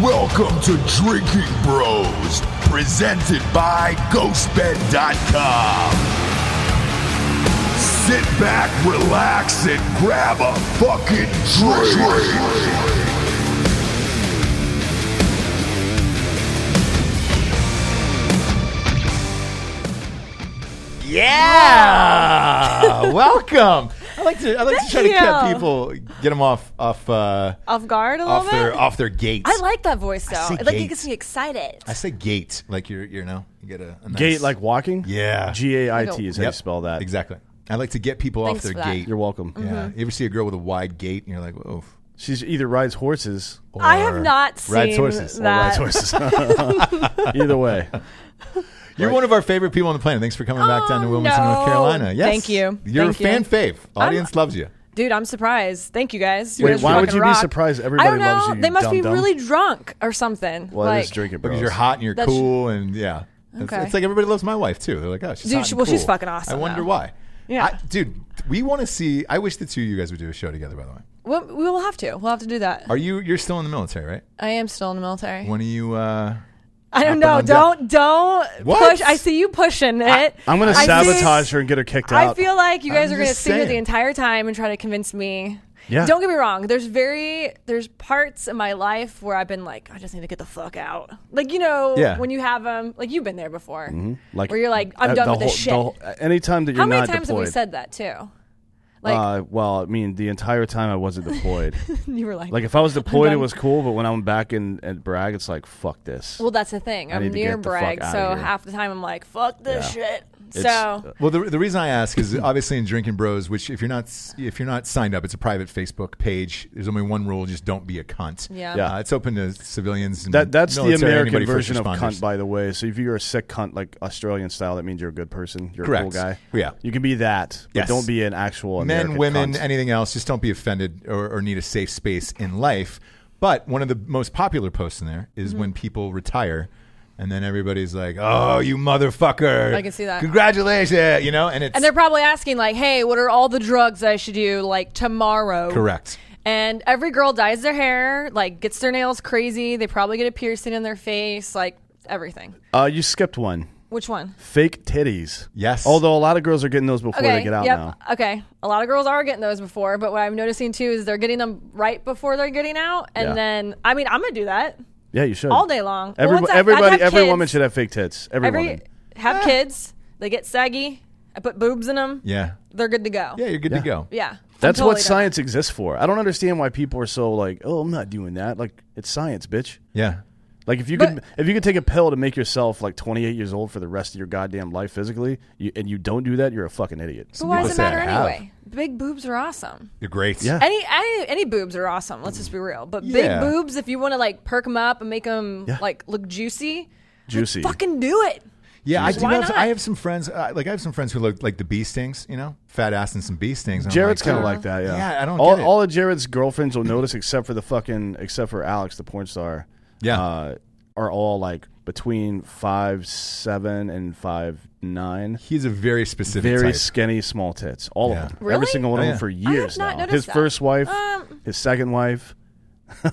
Welcome to Drinking Bros, presented by GhostBed.com. Sit back, relax, and grab a fucking drink. Yeah, welcome. I like to I like to try to get you. people get them off off uh, off guard a little off their bit. off their gate. I like that voice though. say It, like gate. it gets me excited. I say gate like you're you're now you get a, a nice- Gate like walking? Yeah. G A I T is how you Yep, spell that. exactly. I like to get people Thanks off for their that. gate. You're welcome. Mm-hmm. Yeah, you ever see a girl with a wide gate and you're like, oh. She's either rides horses or I have not seen rides horses. Or that. horses. either way. You're one of our favorite people on the planet. Thanks for coming back down to Oh, Wilmington, North no. Carolina. Yes, Thank you. You're Thank a fan you. fave. Audience loves you. Dude, I'm surprised. Thank you guys. You Wait, guys why would fucking you be rock. surprised? I Everybody don't know. loves you, They must be dum-dum. really drunk or something. Well, like, it is drinking bros. Because you're hot and you're That's- cool and yeah. It's, Okay. it's like everybody loves my wife too. They're like, oh, she's Dude, hot she- and well, she's cool. fucking awesome, I wonder though. why. Yeah. I- dude, we want to see. I wish the two of you guys would do a show together. By the way, Well, we will have to. We'll have to do that. are you? You're still in the military, right? I am still in the military. When are you? Uh, I don't know. Up and on Don't don't What? push. I see you pushing it. I'm going to I see- sabotage her and get her kicked out. I feel like you guys I'm are going to just sit here the saying. entire time and try to convince me. Yeah. Don't get me wrong. There's very there's parts in my life where I've been like, I just need to get the fuck out. Like you know, Yeah. when you have them, like you've been there before, Mm-hmm. Like, where you're like, I'm uh, done the with this shit. whole- the whole- anytime that you're How many not times deployed. have we said that too? Like uh, well, I mean, the entire time I wasn't deployed. you were like, like, if I was deployed, it done. was cool, but when I'm back in at Bragg, it's like, fuck this. well, that's the thing. I'm need to near get the fuck brag, outta so here. half the time I'm like, fuck this Yeah. shit. It's- uh, so well, the, the reason I ask is obviously in Drinking Bros, which if you're not if you're not signed up, it's a private Facebook page. There's only one rule: just don't be a cunt. Yeah. Yeah. Uh, it's open to civilians. And That that's the military, American anybody, first version of responders. cunt, by the way. So if you're a sick cunt, like Australian style, that means you're a good person. You're a Correct. cool guy. Yeah. you can be that, but Yes. don't be an actual American men, women, cunt. anything else. Just don't be offended or, or need a safe space in life. But one of the most popular posts in there is Mm-hmm. when people retire, and then everybody's like, "Oh, you motherfucker!" I can see that. Congratulations, you know, and it's and they're probably asking like, hey, what are all the drugs I should do like tomorrow? correct. And every girl dyes their hair, like gets their nails crazy. They probably get a piercing in their face, like everything. Uh, you skipped one. Which one? Fake titties. Yes. Although a lot of girls are getting those before Okay. they get out yep. now. Okay. A lot of girls are getting those before, but what I'm noticing too is they're getting them right before they're getting out, and Yeah. then I mean I'm gonna do that Yeah, you should. all day long. Well, Every, once I- I'd everybody, have every kids, woman should have fake tits. Every, every woman. have kids. They get saggy. I put boobs in them. Yeah, They're good to go. yeah, you're good to Yeah. go. Yeah. I'm That's totally what done. science exists for. I don't understand why people are so like, oh, I'm not doing that. Like, it's science, bitch. Yeah, Like if you But- could if you could take a pill to make yourself like 28 years old for the rest of your goddamn life physically, you, and you don't do that, you're a fucking idiot. But why people does it say I matter have. anyway? Big boobs are awesome. you're great. Yeah. any, any any boobs are awesome. Let's just be real. But Yeah. big boobs, if you want to like perk them up and make them Yeah. like look juicy, Juicy. fucking do it. yeah. I do. Why Have, not? I have some friends. Uh, like I have some friends who look like the bee stings. You know, fat ass and some bee stings. and I'm Jared's like, kind of like that, yeah. Yeah, I don't all, get it. all of Jared's girlfriends will notice, except for the fucking, except for Alex, the porn star. Yeah. uh, are all like between five seven and five nine. He's a very specific. Very type. skinny, small tits. All Yeah. of them. Really? Every single one Oh, of yeah. them for have years not now. noticed His that. first wife, Um, his second wife,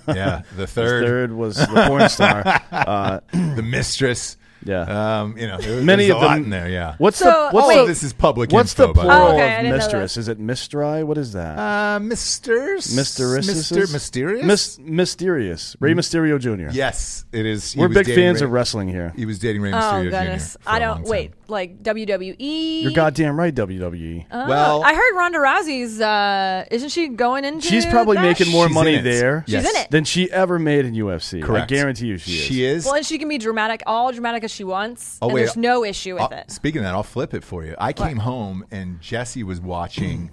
Yeah, the his third, third was the porn star. Uh, the mistress. yeah. Um, you know, there, Many there's of a lot them. in there. Yeah. What's So, oh, the what's wait. All the of this is public What's info, the by the way. plural Oh, okay, I of didn't know mistress? Is it mistri? What is that? Uh, Misters? Misteresses? Mister Mysterious? Mis- mysterious. Ray Mysterio Jr. yes, it is. He We're was big dating fans Rey- of wrestling here. He was dating Ray oh Mysterio goodness, Jr. for I a long don't time. wait like WWE. You're goddamn right, E. WWE. Oh, Well- I heard Ronda Rousey's. Uh, isn't she going into? She's probably that? making more She's money in it. there She's Yes. in it. than she ever made in UFC. Correct. I guarantee you she is. She is. Well, and she can be dramatic, all dramatic as she wants, Oh, and wait, there's no issue with uh, I'll- it. Speaking of that, I'll flip it for you. I came home and Jesse was watching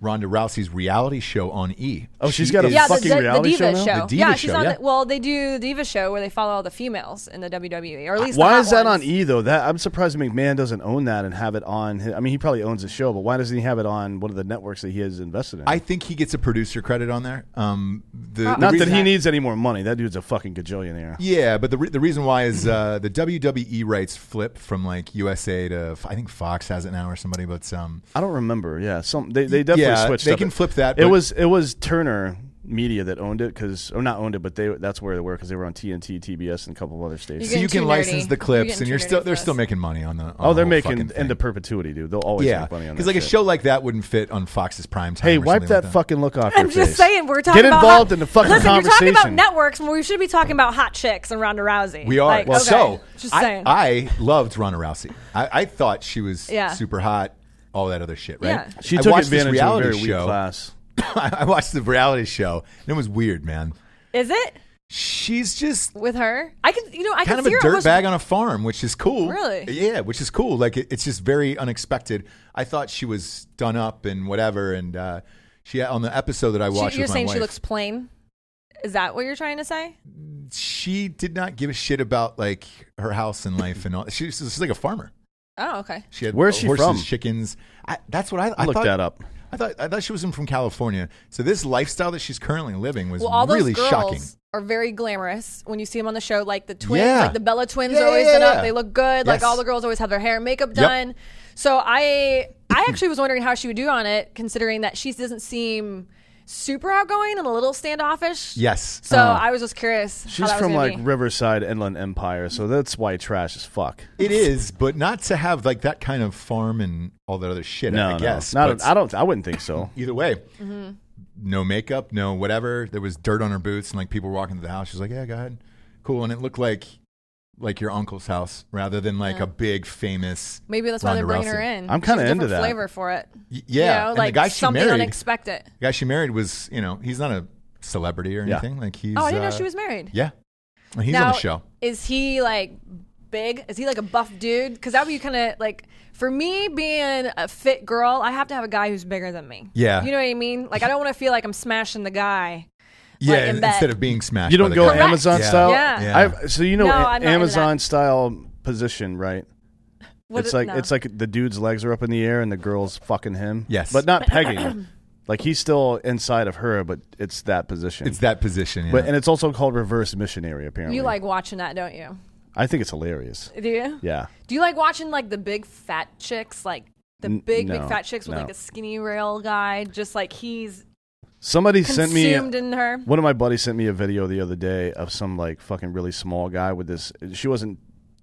Ronda Rousey's reality show on E. Oh, she's got a is- Yeah, the, fucking the, the reality Diva show show. now? The Diva yeah, she's show, on. yeah. The, well, they do the Diva show where they follow all the females in the WWE, or at least the Uh, Why hot is that on ones. E though? That I'm surprised McMahon doesn't own that and have it on. His, I mean, he probably owns the show, but why doesn't he have it on one of the networks that he has invested in? I think he gets a producer credit on there. Um, the, the Not that reason- he needs any more money. That dude's a fucking gajillionaire. Yeah, but the re- the reason why is uh, the WWE rights flip from like USA to I think Fox has it now or somebody, but um, I don't remember. Yeah, some they, they definitely Yeah, switched. they up. can flip that, It but- was it was Turner media that owned it because or not owned it, but they that's where they were because they were on TNT, TBS, and a couple of other stations. So you getting can too license nerdy. the clips, You're and you're getting too still nerdy they're for still us. making money on the. on Oh, the they're whole making fucking thing. into perpetuity, dude. They'll always yeah, make money on because that. like a shit. show like that wouldn't fit on Fox's prime time. Hey, or wipe something that like fucking look off. I'm your just face. saying we're talking Get about involved hot- in the fucking Listen, conversation. You're talking about networks when we should be talking about hot chicks and Ronda Rousey. We are Like, well. okay, So just I, saying. I loved Ronda Rousey. I, I thought she was Yeah. super hot. All that other shit, right? Yeah. she I took watched this advantage of a reality very weak show. class. I watched the reality show, and it was weird, man. is it She's just with her? I can, you know, I kind can of see a her dirt almost- bag on a farm, which is cool. Really? Yeah, which is cool. Like it, it's just very unexpected. I thought she was done up and whatever, and uh, she on the episode that I She- watched. you're with my saying she wife, looks plain. Is that what you're trying to say? She did not give a shit about like her house and life and all. She, she's just like a farmer. Oh, okay. She had Where's she horses, from? chickens. I, that's what I, I Look thought- that up. I thought I thought she was from California. So this lifestyle that she's currently living was Well, all those really girls shocking. are very glamorous when you see them on the show. Like the twins, Yeah. like the Bella twins, Yeah, are always yeah, done yeah. up. They look good. Yes. Like all the girls always have their hair and makeup Yep. done. So I, I actually was wondering how she would do on it, considering that she doesn't seem super outgoing and a little standoffish. Yes. So I was just curious. how She's that was from gonna like be. Riverside Inland Empire, so that's why trash as fuck. It is, but not to have like that kind of farm and all that other shit. No, I no, guess. not. but I I don't. I wouldn't think so. either way. Mm-hmm. No makeup, no whatever. There was dirt on her boots, and like people were walking to the house. She's like, "Yeah, go ahead, cool." And it looked like like your uncle's house rather than like a big famous. maybe that's why they're Ronda bringing her Rousey. in. I'm kinda She's a into different that. flavor for it. Y- yeah, you know, and like the guy she something married- unexpected. The guy she married was, you know, he's not a celebrity or Yeah. anything. Like he's. Oh, I didn't uh, know she was married. Yeah, And he's now, on the show. Is he like big? Is he like a buff dude? Because that would be kind of like for me being a fit girl, I have to have a guy who's bigger than me. Yeah. you know what I mean. Like I don't want to feel like I'm smashing the guy. Yeah, in and bed. instead of being smashed. You by don't the go car. Correct. Amazon Yeah. style. Yeah. Yeah. I've, so you know No, A- I'm not into Amazon that. style position, right? What it's it- like no. it's like the dude's legs are up in the air and the girl's fucking him. Yes. but not pegging. like he's still inside of her, but it's that position. It's that position. Yeah. But and it's also called reverse missionary. Apparently, you like watching that, don't you? I think it's hilarious. Do you? Yeah. Do you like watching like the big fat chicks, like the N- big no, big fat chicks with no. like a skinny rail guy, just like he's Somebody sent me consumed in her? One of my buddies sent me a video the other day of some like fucking really small guy with this. She wasn't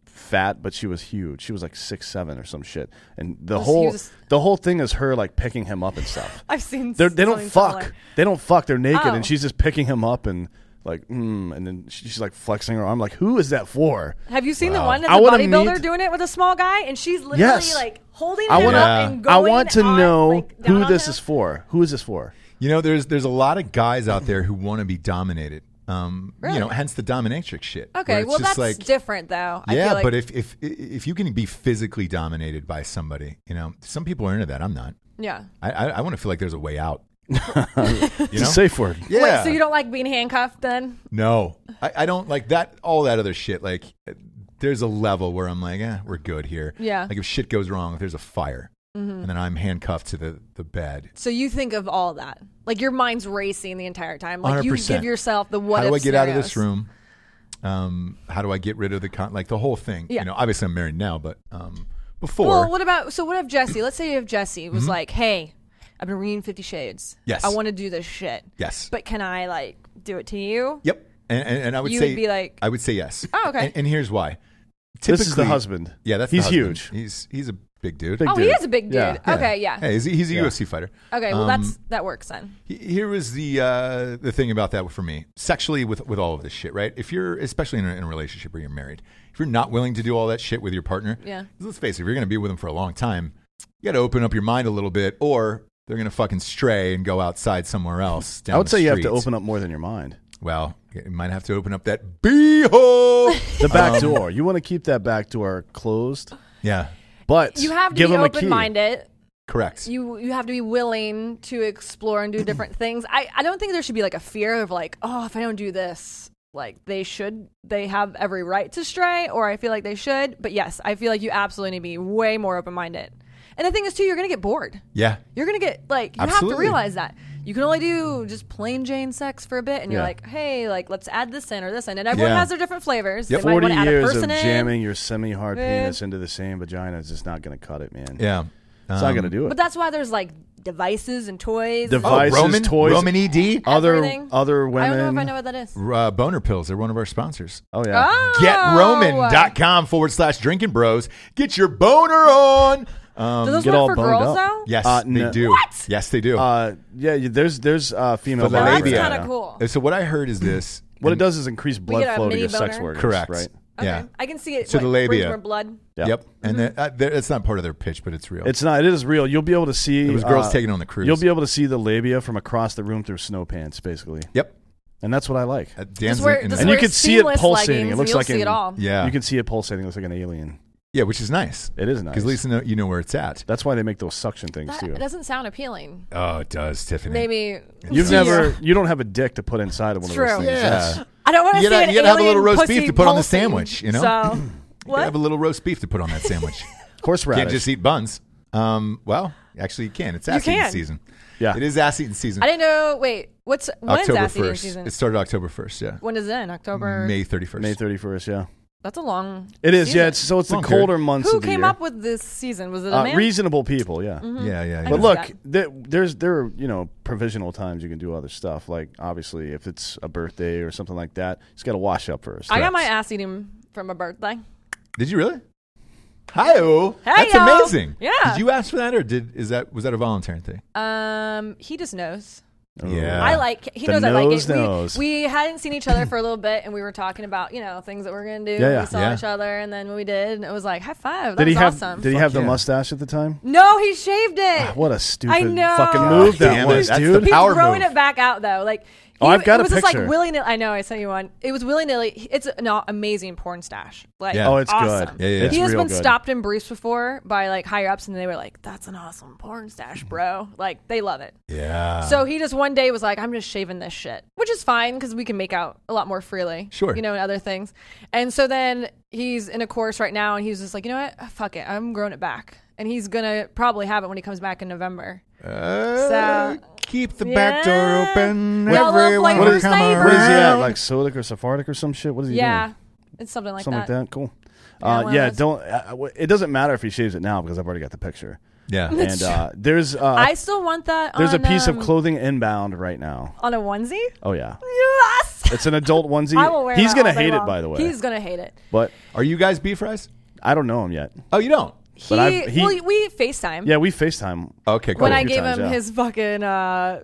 fat, but she was huge. She was like six seven or some shit. And the Was- he whole was- the whole thing is her like picking him up and stuff. I've seen. They're, they don't something fuck. similar. They don't fuck. They're naked, Oh. and she's just picking him up and like, mm, and then she- she's like flexing her arm. Like, who is that for? Have you seen the one that's I a wanna bodybuilder meet- doing it with a small guy, and she's literally Yes. like holding I him wanna- Yeah. up and I going. want to on, know like, down who on this him? is for. Who is this for? You know, there's there's a lot of guys out there who want to be dominated. Um, Really? You know, hence the dominatrix shit. where Okay, it's well just that's like, different though. I yeah, feel like, but if if if you can be physically dominated by somebody, you know, some people are into that. I'm not. yeah. I I, I want to feel like there's a way out. you It's know? a safe word. yeah. Wait, so you don't like being handcuffed then? no, I, I don't like that. All that other shit. Like, there's a level where I'm like, eh, we're good here. Yeah. Mm-hmm. Like if shit goes wrong, if there's a fire, and then I'm handcuffed to the the bed. So you think of all that, like your mind's racing the entire time. Like you 100%. give yourself the what. how do if I get out of this scenarios. room? Um, how do I get rid of the con? Like the whole thing. Yeah. You know, obviously I'm married now, but um, before. Well, what about so? What if Jesse? Let's say if Jesse was Mm-hmm. like, "Hey, I've been reading Fifty Shades. Yes. I want to do this shit. Yes. but can I like do it to you? yep. And, and, and I would You say would be like- I would say yes. Oh, okay. And, and here's why. Typically, This is the husband. Yeah, that's the he's husband. huge. He's he's a big dude. Big Oh, he dude. is a big dude. Yeah. Yeah. Okay, yeah. Hey, he's, he's a Yeah. UFC fighter. Okay, well Um, that's that works then. he- Here was the uh, the thing about that for me sexually with with all of this shit, right? If you're especially in a, in a relationship where you're married, if you're not willing to do all that shit with your partner, Yeah. Let's face it, if you're going to be with them for a long time, you got to open up your mind a little bit, or they're going to fucking stray and go outside somewhere else. Down I would the say you have to street. open up more than your mind. Well, you might have to open up that beehole. The back Um, door. You want to keep that back door closed, yeah, but You have to give be him a key. open minded. correct. You you have to be willing to explore and do different things. I, I don't think there should be like a fear of like, oh, if I don't do this, like they should they have every right to stray, or I feel like they should. But yes, I feel like you absolutely need to be way more open minded. And the thing is too, you're gonna get bored. yeah, You're gonna get like you have Absolutely. to realize that. You can only do just plain Jane sex for a bit, and you're Yeah. like, "Hey, like let's add this in or this in," and everyone Yeah. has their different flavors. Yep. They might Forty wanna add a years of person in. jamming your semi-hard Eh. penis into the same vagina is just not going to cut it, man. yeah. Um, It's not going to do it. But that's why there's like devices and toys. Devices, oh, Roman, toys, Roman ED, other Everything. other I women. don't know if I know what that is. uh, boner pills. They're one of our sponsors. Oh yeah. Oh. GetRoman.com forward slash drinking bros. Get your boner on. Um, Do those get work all for boned girls up. though? yes, Uh, they no. do. What? Yes, they do. Uh, yeah, you- there's there's uh, female For the Well, boners Oh. that's labia. right kind now. of cool. Uh, so what I heard is this. What it and- does is increase blood get a flow to mini your sex boner? workers. Correct. Right. Okay. Yeah. I Mm-hmm. can see it. To the what, brings labia. More blood. Yeah. Yep. And that, uh, there- it's not part of their pitch, but it's real. It's not. It is real. You'll be able to see. uh, It was girls taking on the cruise. You'll be able to see the labia from across the room through snow pants, basically, yep. and that's what I like. Uh, Dan's Just wear- in- in just that. and you wear can see it seamless pulsating. leggings It and looks you'll like see an- it all. Yeah. You can see it pulsating. It looks like an alien. yeah, which is nice. It is nice. Because at least you know, you know where it's at. that's why they make those suction things That too. doesn't sound appealing. Oh, it does, Tiffany. Maybe You've to you. never. You don't have a dick to put inside of one It's of those true. things. That's- Yeah. I don't want to You see gotta- an you gotta have a alien little roast pussy beef to put on the pulsing. sandwich, you know? So, You gotta have a what? little roast beef to put on that sandwich. Horseradish. Can't just eat buns. Um, well, actually, you can. It's ass eating can. season. Yeah. It is ass eating season. I didn't know. Wait, what's when's October ass eating 1st. season? It started October 1st, yeah. when does it end? October. May 31st. May thirty first. Yeah. That's a long. It is. season. Yeah. It's, so it's Long the period. colder months. Who of the came year. up with this season? Was it a Uh, man? Mm-hmm. reasonable people. Yeah. Yeah, yeah, yeah. But see look, that. there, there's there are you know provisional times you can do other stuff. Like obviously, if it's a birthday or something like that, it's got to wash up first. I got my ass eating from a birthday. Did you really? Hi oh. That's Hi-oh. amazing. Yeah. Did you ask for that or did is that was that a voluntary thing? Um, he just knows. Oh. Yeah. I like. He The knows I like it. nose knows. We, we hadn't seen each other for a little bit, and we were talking about you know things that we are gonna do. Yeah, yeah. we saw Yeah. each other, and then we did, and it was like high five. That Did he was have? awesome. Did he have the yeah. mustache at the time? no, he shaved it. What a stupid know. fucking God move that damn it. was, That's dude. the He's power throwing move. it back out though. Like Oh, he- I've it got a was just picture. like willy nilly. I know I sent you one. It was willy nilly. It's an amazing porn stash. Like Yeah. oh, it's awesome. good. Yeah, yeah, It's he has real been good. stopped and briefed before by like higher ups, and they were like, "That's an awesome porn stash, bro." Like they love it. Yeah. So he just one day was like, "I'm just shaving this shit," which is fine because we can make out a lot more freely, Sure. you know, and other things. And so then he's in a course right now, and he's just like, "You know what? Ah, Fuck it, I'm growing it back." And he's gonna probably have it when he comes back in November. Uh, So- keep the Yeah. back door open. Got a little Everyone flavor come saver. around. What is he at? Like Sodic or Sephardic or some shit? What is he Yeah, doing? it's something like Something that. like that. Cool. Yeah, Uh, one of yeah, those. don't. Uh, w- it doesn't matter if he shaves it now because I've already got the picture. yeah. And uh, there's uh, I still want that. there's a on, piece um, of clothing inbound right now. on a onesie. Oh yeah, Yes, it's an adult onesie. I will wear. He's that gonna all day hate it, long. by the way. He's gonna hate it. but Are you guys beef fries? I don't know him yet. Oh, you don't. He, But I've- he- well, we Facetime. Yeah, we Facetime. Okay, cool. when I few gave times, him yeah. his fucking uh,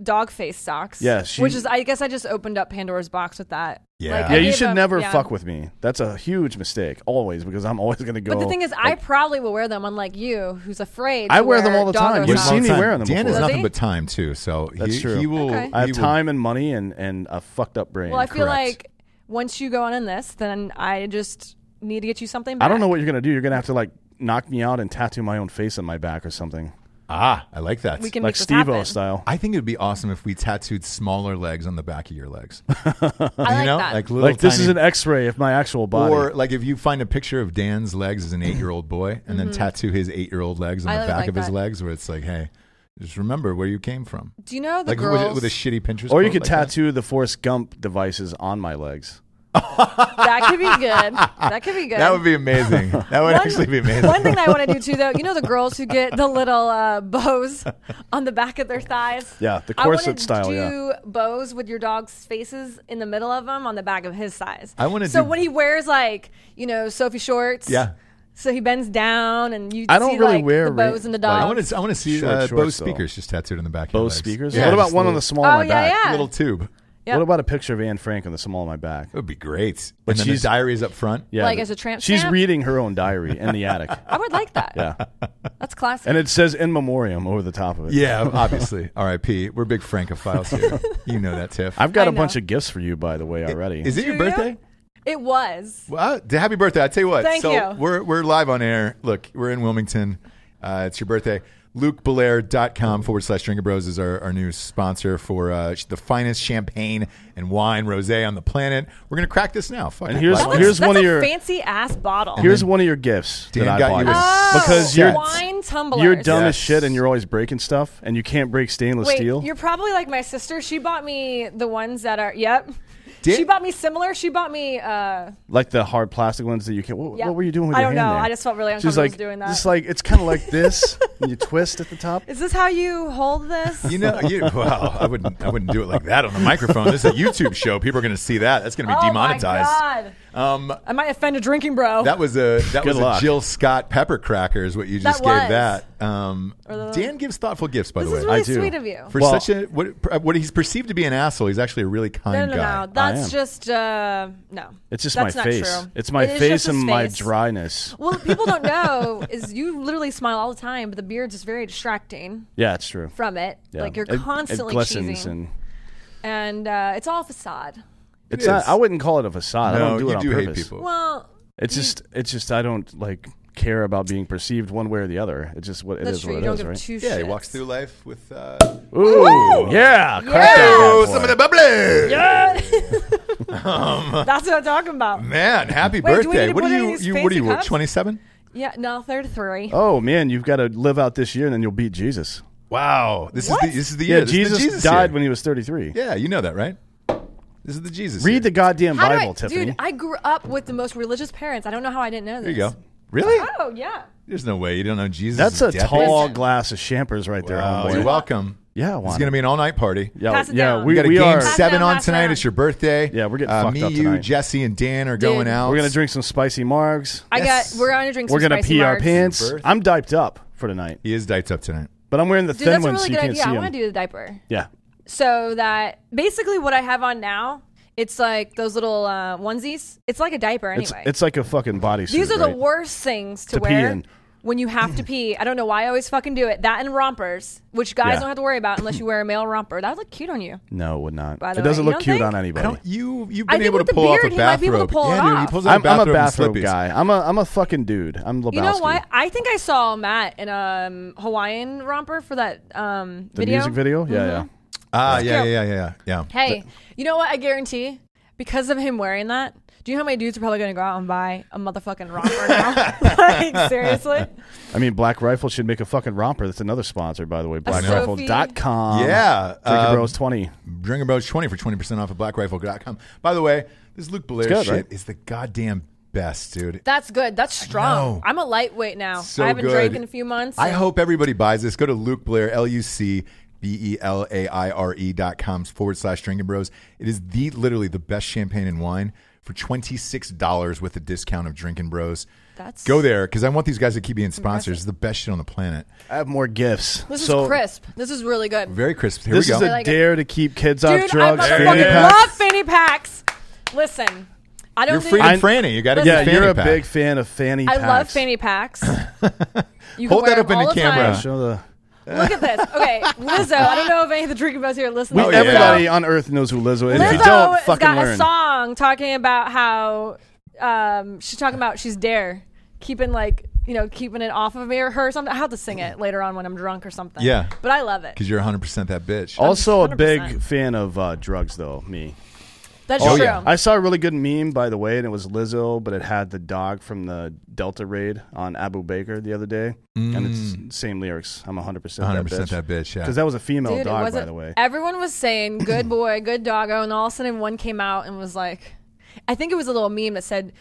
dog face socks. Yeah, she- which is I guess I just opened up Pandora's box with that. Yeah. I yeah, you gave should him- never yeah. fuck with me. That's a huge mistake, always, because I'm always gonna go. But the thing is, I probably will wear them, unlike you, who's afraid. I to wear them all the dog time. or You've When's the something. seen me last time- wearing them Dan before. is Does nothing he? but time too, so That's he, true. he will. Okay. I he have will- time and money and and a fucked up brain. Well, I feel Correct. like once you go on in this, then I just need to get you something. Back. I don't know what you're gonna do. You're gonna have to like knock me out and tattoo my own face on my back or something, Ah, I like that. we can like make this Steve-O happen. style. I think it would be awesome if we tattooed smaller legs on the back of your legs. I like you know, that. like little Like this is tiny- an X-ray of my actual body. Or like if you find a picture of Dan's legs as an eight-year-old boy, and then tattoo his eight-year-old legs on Mm-hmm. I the like back like of his that. legs, where it's like, hey, just remember where you came from. Do you know the Like with, girls a- with a shitty Pinterest. Or you board could like that. tattoo the Forrest Gump devices on my legs. that could be good. That could be good. That would be amazing. That would actually be amazing. One thing that I want to do too, though, you know the girls who get the little uh, bows on the back of their thighs. Yeah, the I wanna corset style, Do yeah. bows with your dog's faces in the middle of them on the back of his thighs. I wanna So do- when he wears like you know Sophie shorts, Yeah. So he bends down and you. I don't see, really like, wear the ra- bows and the like, dogs. I want to. I want to see Short uh, shorts, Bose though. speakers just tattooed on the back. of your Both legs. speakers. Yeah, what about just one on little- the small Oh of my yeah, back? yeah. Little tube. Yeah. What about a picture of Anne Frank on the small of my back? It would be great. But and then the she's- diary is up front. Yeah, Like the- as a tramp She's stamp? reading her own diary in the attic. I would like that. Yeah, That's classic. and it says "in memoriam" over the top of it. Yeah, obviously. R.I.P. We're big Francophiles here. you know that, Tiff. I've got I a bunch know. of gifts for you, by the way, already. Is it your Do you? birthday? it was. Well, uh, happy birthday! I tell you what. Thank so you. We're we're live on air. Look, we're in Wilmington. Uh, it's your birthday. LukeBelair.com forward slash Drinker Bros is our, our new sponsor for uh, sh- the finest champagne and wine rosé on the planet. We're gonna crack this now. Fuck And it. here's- That Live was, on here's that's one of a your- fancy ass bottle. Here's one of your gifts Dan that I got bought you a oh, because you're wine tumblers. you're dumb Yes. as shit and you're always breaking stuff and you can't break stainless Wait, steel. you're probably like my sister. She bought me the ones that are. Yep. did She bought me similar. She bought me. Uh, like the hard plastic ones that you can. What, Yeah. what were you doing with I your don't hand know. there? I just felt really She's uncomfortable like, doing that. It's like it's kind of like this, and you twist at the top. is this how you hold this? You know, you, wow, I wouldn't, I wouldn't do it like that on the microphone. This is a YouTube show. People are going to see that. That's going to be Oh my demonetized. God. Um, I might offend a drinking bro. That was a that Good was a luck. Jill Scott pepper cracker is what you just That gave was. that. Um, Dan gives thoughtful gifts, by this the way. is really I do. sweet of you. For Well- such a what what he's perceived to be an asshole, he's actually a really kind no, no, guy. no. That's am. just uh, no. It's just That's my not face. True. It's my It is just face his and my face. dryness. Well, people don't know is you literally smile all the time, but the beard's just very distracting Yeah, it's true. from it. Yeah. Like you're It- it constantly glistens cheesing, and and uh, it's all facade. it's is. not. I wouldn't call it a facade. I No, don't do you it on do hate purpose. people. Well, It's just. It's just. I don't like care about being perceived one way or the other. It's just what it that's is. true. What You it don't is, give right? two shits. Yeah, he walks through life with uh, Oh, Ooh, yeah. Crack that oh, bad some of boy. the bubbly. Yeah. Um, that's what I'm talking about. Man, happy Wait, do we birthday! need to What put are it in you? these You what are fancy you? cups? Twenty seven? Yeah, no, thirty-three. Oh man, you've got to live out this year, and then you'll beat Jesus. Wow, this is What? the this is the year. Yeah, This is the Jesus, died year. when he was 33. Yeah, you know that, right? This is the Jesus. year. Read the goddamn How do Bible, I, Tiffany. Dude, I grew up with the most religious parents. I don't know how I didn't know this. There you go. Really? Oh yeah. There's no way you don't know Jesus. That's a death. tall Listen. glass of champers right there, Wow, homeboy. Oh, you're welcome. Yeah, I This is want going to it. be an all night party. Yeah, Pass it yeah, down. we, We got a we game are. Pass seven down, on pass tonight. down. It's your birthday. Yeah, we're getting uh, fucked me, up you, tonight. Jesse, and Dan are going out. We're gonna drink some spicy margs. I Yes. got. We're gonna drink. Some We're gonna spicy pee our margs. pants. Birth. I'm diped up for tonight, He is diked up tonight. but I'm wearing the Dude, thin that's a ones, really so you good can't idea. see I them. want to do the diaper. yeah, So that basically what I have on now, it's like those little uh, onesies. It's like a diaper it's anyway. it's like a fucking bodysuit. These are right? the worst things to, To pee wear in. when you have to pee. I don't know why I always fucking do it. That and rompers, which guys Yeah. don't have to worry about unless you wear a male romper. That would look cute on you. No, it would not. By the It doesn't way, you look don't cute think? on anybody. You you've I been think able to with the pull off beard, a he might be able to bathrobe. pull it yeah, dude, he off. pulls off I'm, a I'm bathrobe, a bathrobe and slippies. guy. I'm a I'm a fucking dude. I'm Lebowski. You know what? I think I saw Matt in a um, Hawaiian romper for that um, The music video. Yeah, yeah. Ah, yeah, cute. yeah, yeah, yeah, yeah. Hey, you know what? I guarantee because of him wearing that. Do you know how many dudes are probably going to go out and buy a motherfucking romper now? like seriously? I mean, Black Rifle should make a fucking romper. That's another sponsor, by the way. Sophie. BlackRifle.com. Yeah, Drinker um, Bros 20. Drinking Bros 20 for 20% off at blackrifle.com. By the way, this Luke Belair good, shit right? is the goddamn best, dude. That's good. That's strong. know. I'm a lightweight now. So I haven't good. drank in a few months. I hope everybody buys this. Go to Luke Blair, L U C B E L A I R E dot com forward slash drinking bros. It is the literally the best champagne and wine for $26 with a discount of drinking bros. That's- Go there because I want these guys to keep being sponsors. It's the best shit on the planet. I have more gifts. This so is crisp. This is really good. Very crisp. Here This we is go. a like it. dare to keep kids off Dude, drugs. I fanny motherfucking packs. love fanny packs. Listen, I don't You're think freaking I- franny. You got to Yeah, fanny you're a pack. big fan of fanny I packs. love fanny packs. You can Hold wear that up them in all the camera. time. Show the Look at this. Okay, Lizzo. I don't know if any of the drinking bros here listen. Oh, to yeah. Everybody on earth knows who Lizzo is. Lizzo if you don't, has fucking got a learn. song talking about how um, she's talking about she's dare keeping like you know keeping it off of me or her or something. I will have to sing it later on when I'm drunk or something. Yeah. but I love it. Because you're 100% that bitch. Also, a big 100%. fan of uh, drugs, though. Me. That's Oh, true. yeah. I saw a really good meme, by the way, and it was Lizzo, but it had the dog from the Delta raid on Abu Baker the other day, and it's same lyrics. I'm 100 percent 100% Mm. that bitch, yeah. because that was a female Dude, it dog, by wasn't- the way. Everyone was saying "good boy, good doggo," and all of a sudden one came out and was like, I think it was a little meme that said,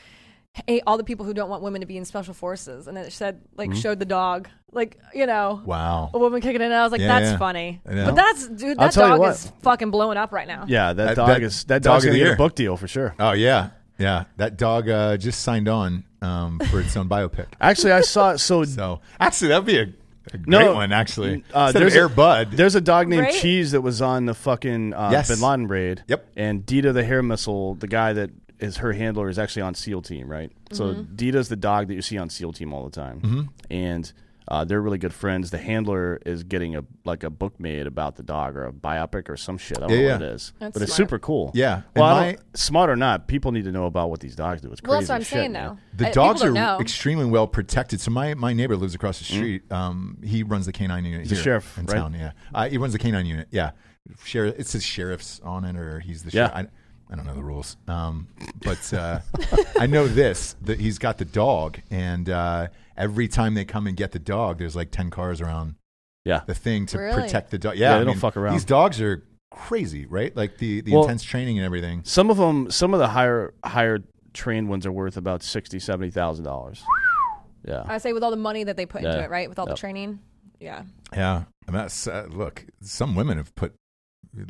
"Hey, all the people who don't want women to be in special forces," and it said like Hmm? showed the dog, like you know, Wow. a woman kicking it. And I was like, Yeah, that's yeah. funny, I know. but that's dude, I'll that tell you dog what. is fucking blowing up right now. Yeah, that, That- dog that is that dog dog's of gonna the get year. a book deal for sure. Oh yeah, yeah. That dog uh, just signed on um, for its own biopic. Actually, I saw it. So, So actually, that'd be a, a great No, one. Actually, uh, instead of there's a- Air Bud, there's a dog named Right? Cheese that was on the fucking uh, Yes. Bin Laden raid. Yep. And Dita the hair missile, the guy that is her handler, is actually on SEAL team, right? So Mm-hmm. Dita's the dog that you see on SEAL team all the time, Mm-hmm. and uh, they're really good friends. The handler is getting a like a book made about the dog or a biopic or some shit. I don't Yeah, know yeah. what it is, That's but it's smart. super cool. Yeah. And Well, I my- don't- smart or not, people need to know about what these dogs do. It's crazy. Well, that's what I'm as shit, saying man. now. the I- dogs people are don't know. extremely well protected. So my, my neighbor lives across the street. Um, he runs the canine unit. The here Mm. sheriff, in right? town. Yeah, uh, he runs the canine unit. Yeah, sheriff. It says sheriff's on it, or he's the Yeah. sheriff. I, I don't know the rules, um, but uh, I know this that he's got the dog, and uh, every time they come and get the dog, there's like ten cars around Yeah. the thing to Really? protect the dog. Yeah, Yeah, they I don't mean, fuck around. These dogs are crazy, right? Like the, the Well- intense training and everything. Some of them, some of the higher higher trained ones are worth about sixty, seventy thousand dollars. Yeah, I say with all the money that they put into Yeah. it, right? With all Yep. the training. Yeah. Yeah, I mean, that's, uh, look, some women have put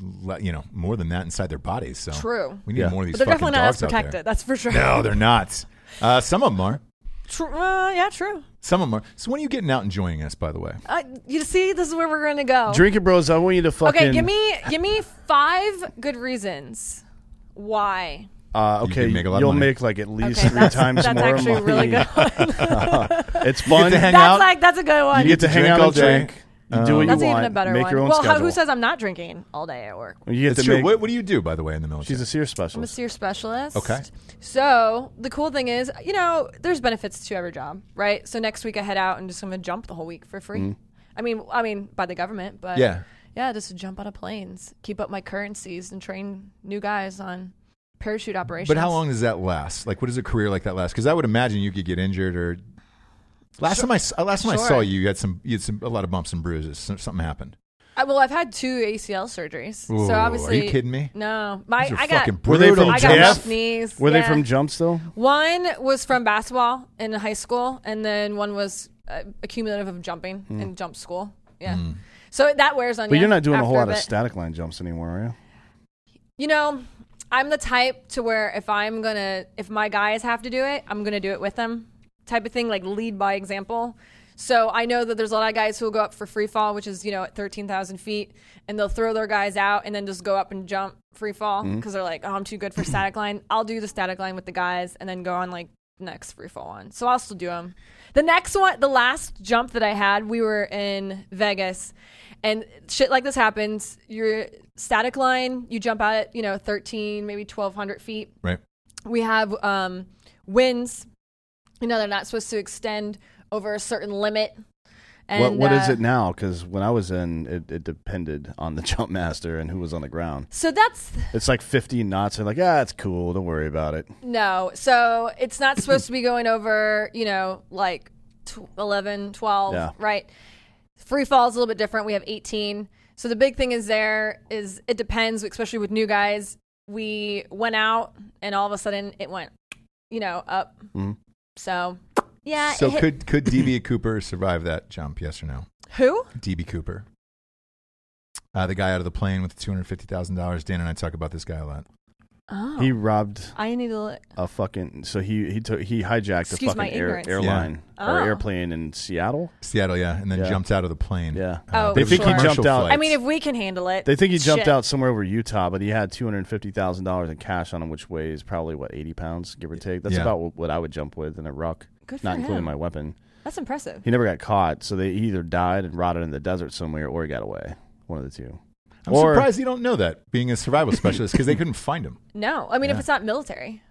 le- you know more than that inside their bodies. So True. we need Yeah. more of these. But they're fucking definitely not as dogs out there. protected. That's for sure. No, they're not. Uh, some of them are. True. Uh, yeah, true. Some of them are. So when are you getting out and joining us? By the way, Uh, you see, this is where we're gonna go. drink it, bros. I want you to fucking Oh. okay, give me give me five good reasons why. Uh, You okay, can make a lot of you'll money. make like at least Okay, three that's- times that's more actually money. really good. It's fun. to hang that's out? like that's a good one. you get to hang drink out all all day. Um, drink. You do what that's you even want. a better make one. your own well, how- schedule. who says I'm not drinking all day at work? you get it's to true. make, What, what do you do, by the way, in the military? She's a seer I'm a specialist. seer specialist. Okay. So the cool thing is, you know, there's benefits to every job, right? So next week I head out and just I'm gonna jump the whole week for free. Mm-hmm. I mean, I mean by the government, but Yeah. yeah, just to jump out of planes, keep up my currencies, and train new guys on parachute operations. But how long does that last? Like, what does a career like that last? Because I would imagine you could get injured or. Last time I s- uh, last time I Sure. saw you, you had some you had some a lot of bumps and bruises. So- Something happened. I, well, I've had two ACL surgeries, Ooh, so obviously, are you kidding me? No, my These are I got fucking Were they brutal, from I got Jeff? rough knees. Were they Yeah. from jumps though? One was from basketball in high school, and then one was uh, accumulative of jumping in jump school. Yeah. Hmm. So that wears on Hmm. But you. you're not doing a whole after lot of bit. static line jumps anymore, are you? You know, I'm the type to where if I'm going to, if my guys have to do it, I'm going to do it with them type of thing, like lead by example. So I know that there's a lot of guys who will go up for free fall, which is, you know, at 13,000 feet, and they'll throw their guys out and then just go up and jump free fall because they're like, oh, I'm too good for static line. I'll do the static line with the guys and then go on like next free fall one. So I'll still do them. The next one, the last jump that I had, we were in Vegas, and shit like this happens. Your static line, you jump out at you know thirteen, maybe twelve hundred feet. Right. We have um, winds. You know they're not supposed to extend over a certain limit. And, what What is uh, it now? Because when I was in, it, it depended on the jump master and who was on the ground. So that's It's like 50 knots. They're like, ah, it's cool. Don't worry about it. No. So it's not supposed to be going over, you know, like tw- 11, 12, Yeah. right? Free fall is a little bit different. We have 18. So the big thing is there is it depends, especially with new guys. We went out and all of a sudden it went, you know, up. Mm-hmm. So, yeah. it So hit- could could DB Cooper survive that jump? Yes or no? who? DB Cooper, uh, the guy out of the plane with two hundred fifty thousand dollars. Dan and I talk about this guy a lot. Oh. He robbed I need to look. a fucking. So he he took he hijacked Excuse a my fucking air, ignorance. airline or Oh. airplane in Seattle. Seattle, yeah, and then Yeah. jumped out of the plane. Uh, Yeah. Oh, there They was think he commercial jumped out- I mean, if we can handle it. They think he jumped Shit. out somewhere over Utah, but he had two hundred fifty thousand dollars in cash on him, which weighs probably what eighty pounds, give or take. That's Yeah. about what I would jump with in a ruck, Good for not including him. my weapon. That's impressive. He never got caught, so they he either died and rotted in the desert somewhere, or he got away. One of the two. I'm or- surprised you don't know that, being a survival specialist, because they couldn't find him. No, I mean Yeah. if it's not military,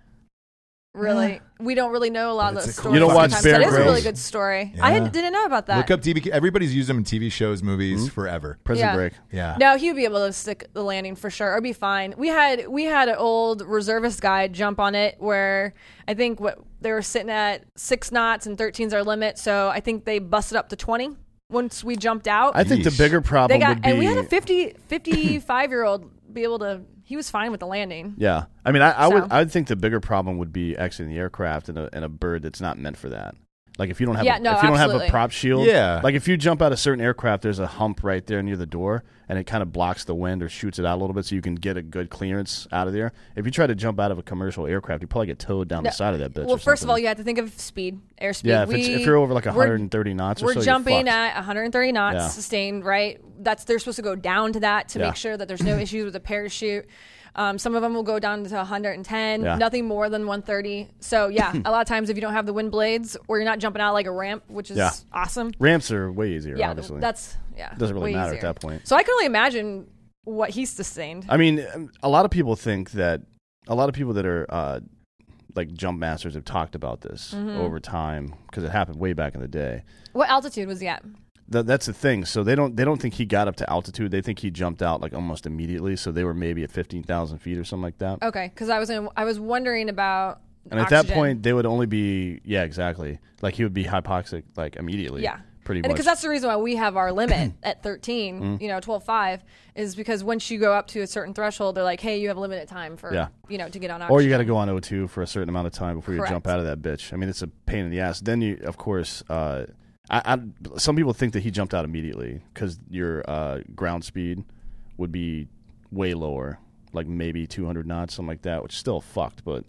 really, we don't really know a lot But of those it's a stories. cool You don't watch sometimes. Bear That is a really Grylls? good story. Yeah. I hadn't- didn't know about that. Look up DB. Everybody's used him in TV shows, movies, Mm-hmm. forever. Prison Yeah. break. Yeah. No, he would be able to stick the landing for sure, or be fine. We had we had an old reservist guy jump on it where I think what they were sitting at six knots and 13's our limit, so I think they busted up to twenty once we jumped out. I think the Yeesh. bigger problem they got would be and we had a 50, 55 year old be able to. He was fine with the landing. Yeah, I mean, I, I So. would I would think the bigger problem would be exiting the aircraft and a, and a bird that's not meant for that. Like if you don't have Yeah, a, no, if you don't have a absolutely. prop shield, Yeah. Like if you jump out of certain aircraft, there's a hump right there near the door, and it kind of blocks the wind or shoots it out a little bit, so you can get a good clearance out of there. If you try to jump out of a commercial aircraft, you probably get towed down No, the side of that bitch. Well, or first of all, something. you have to think of speed, airspeed. yeah, if, it's, We- if you're over like we're- 130 knots, or we're so, you're jumping fucked. at 130 knots Yeah. sustained right that's they're supposed to go down to that to Yeah. make sure that there's no issues with the parachute um, some of them will go down to 110 Yeah. nothing more than 130 so yeah a lot of times if you don't have the wind blades or you're not jumping out like a ramp which is Yeah. awesome ramps are way easier. yeah obviously, that's yeah doesn't really way matter at easier. that point. so i can only imagine what he sustained I mean, um, a lot of people think that a lot of people that are uh, like jump masters have talked about this Mm-hmm. over time because it happened way back in the day. what altitude was he at Th- that's the thing. So they don't they don't think he got up to altitude. They think he jumped out like almost immediately. So they were maybe at fifteen thousand feet or something like that. okay because i was in, i was wondering about and at that Oh, oxygen. point, they would only be yeah exactly like he would be hypoxic like immediately. Yeah. Pretty and much. Mm-hmm. because that's the reason why we have our limit at 13 you know 12 5 is because once you go up to a certain threshold they're like hey you have limited time for Yeah. you know to get on auction Or you got to go on O2 for a certain amount of time before you Correct. jump out of that bitch. I mean, it's a pain in the ass. Then you, of course, uh, I, I, some people think that he jumped out immediately because your uh, ground speed would be way lower, like maybe 200 knots, something like that, which is still fucked, but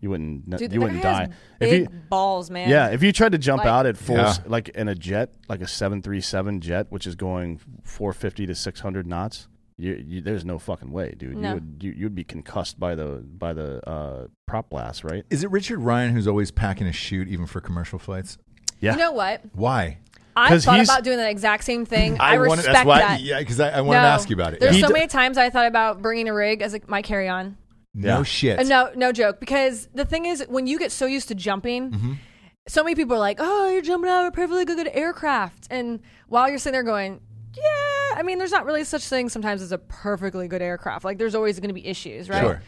you wouldn't, Dude, you the wouldn't guy has die. big you, balls man yeah, if you tried to jump Like- out at full, Yeah. s like in a jet, like a 737 jet, which is going 450 to 600 knots, you, you, there's no fucking way, dude. No. You would you, you'd be concussed by the by the uh, prop blast, right? Is it Richard Ryan who's always packing a chute, even for commercial flights? Yeah, you know what Why? i 'Cause thought he's- about doing the exact same thing i, wanted, respect that's why, that Yeah, because I, I wanted to No. ask you about it. There's yeah. He so d- many times I thought about bringing a rig as like my carry on. no Yeah. shit. Uh, no, no joke. Because the thing is, when you get so used to jumping, Mm-hmm. so many people are like, "Oh, you're jumping out of a perfectly good aircraft," and while you're sitting there going, "Yeah," I mean, there's not really such thing sometimes as a perfectly good aircraft. Like, there's always going to be issues, right? Sure.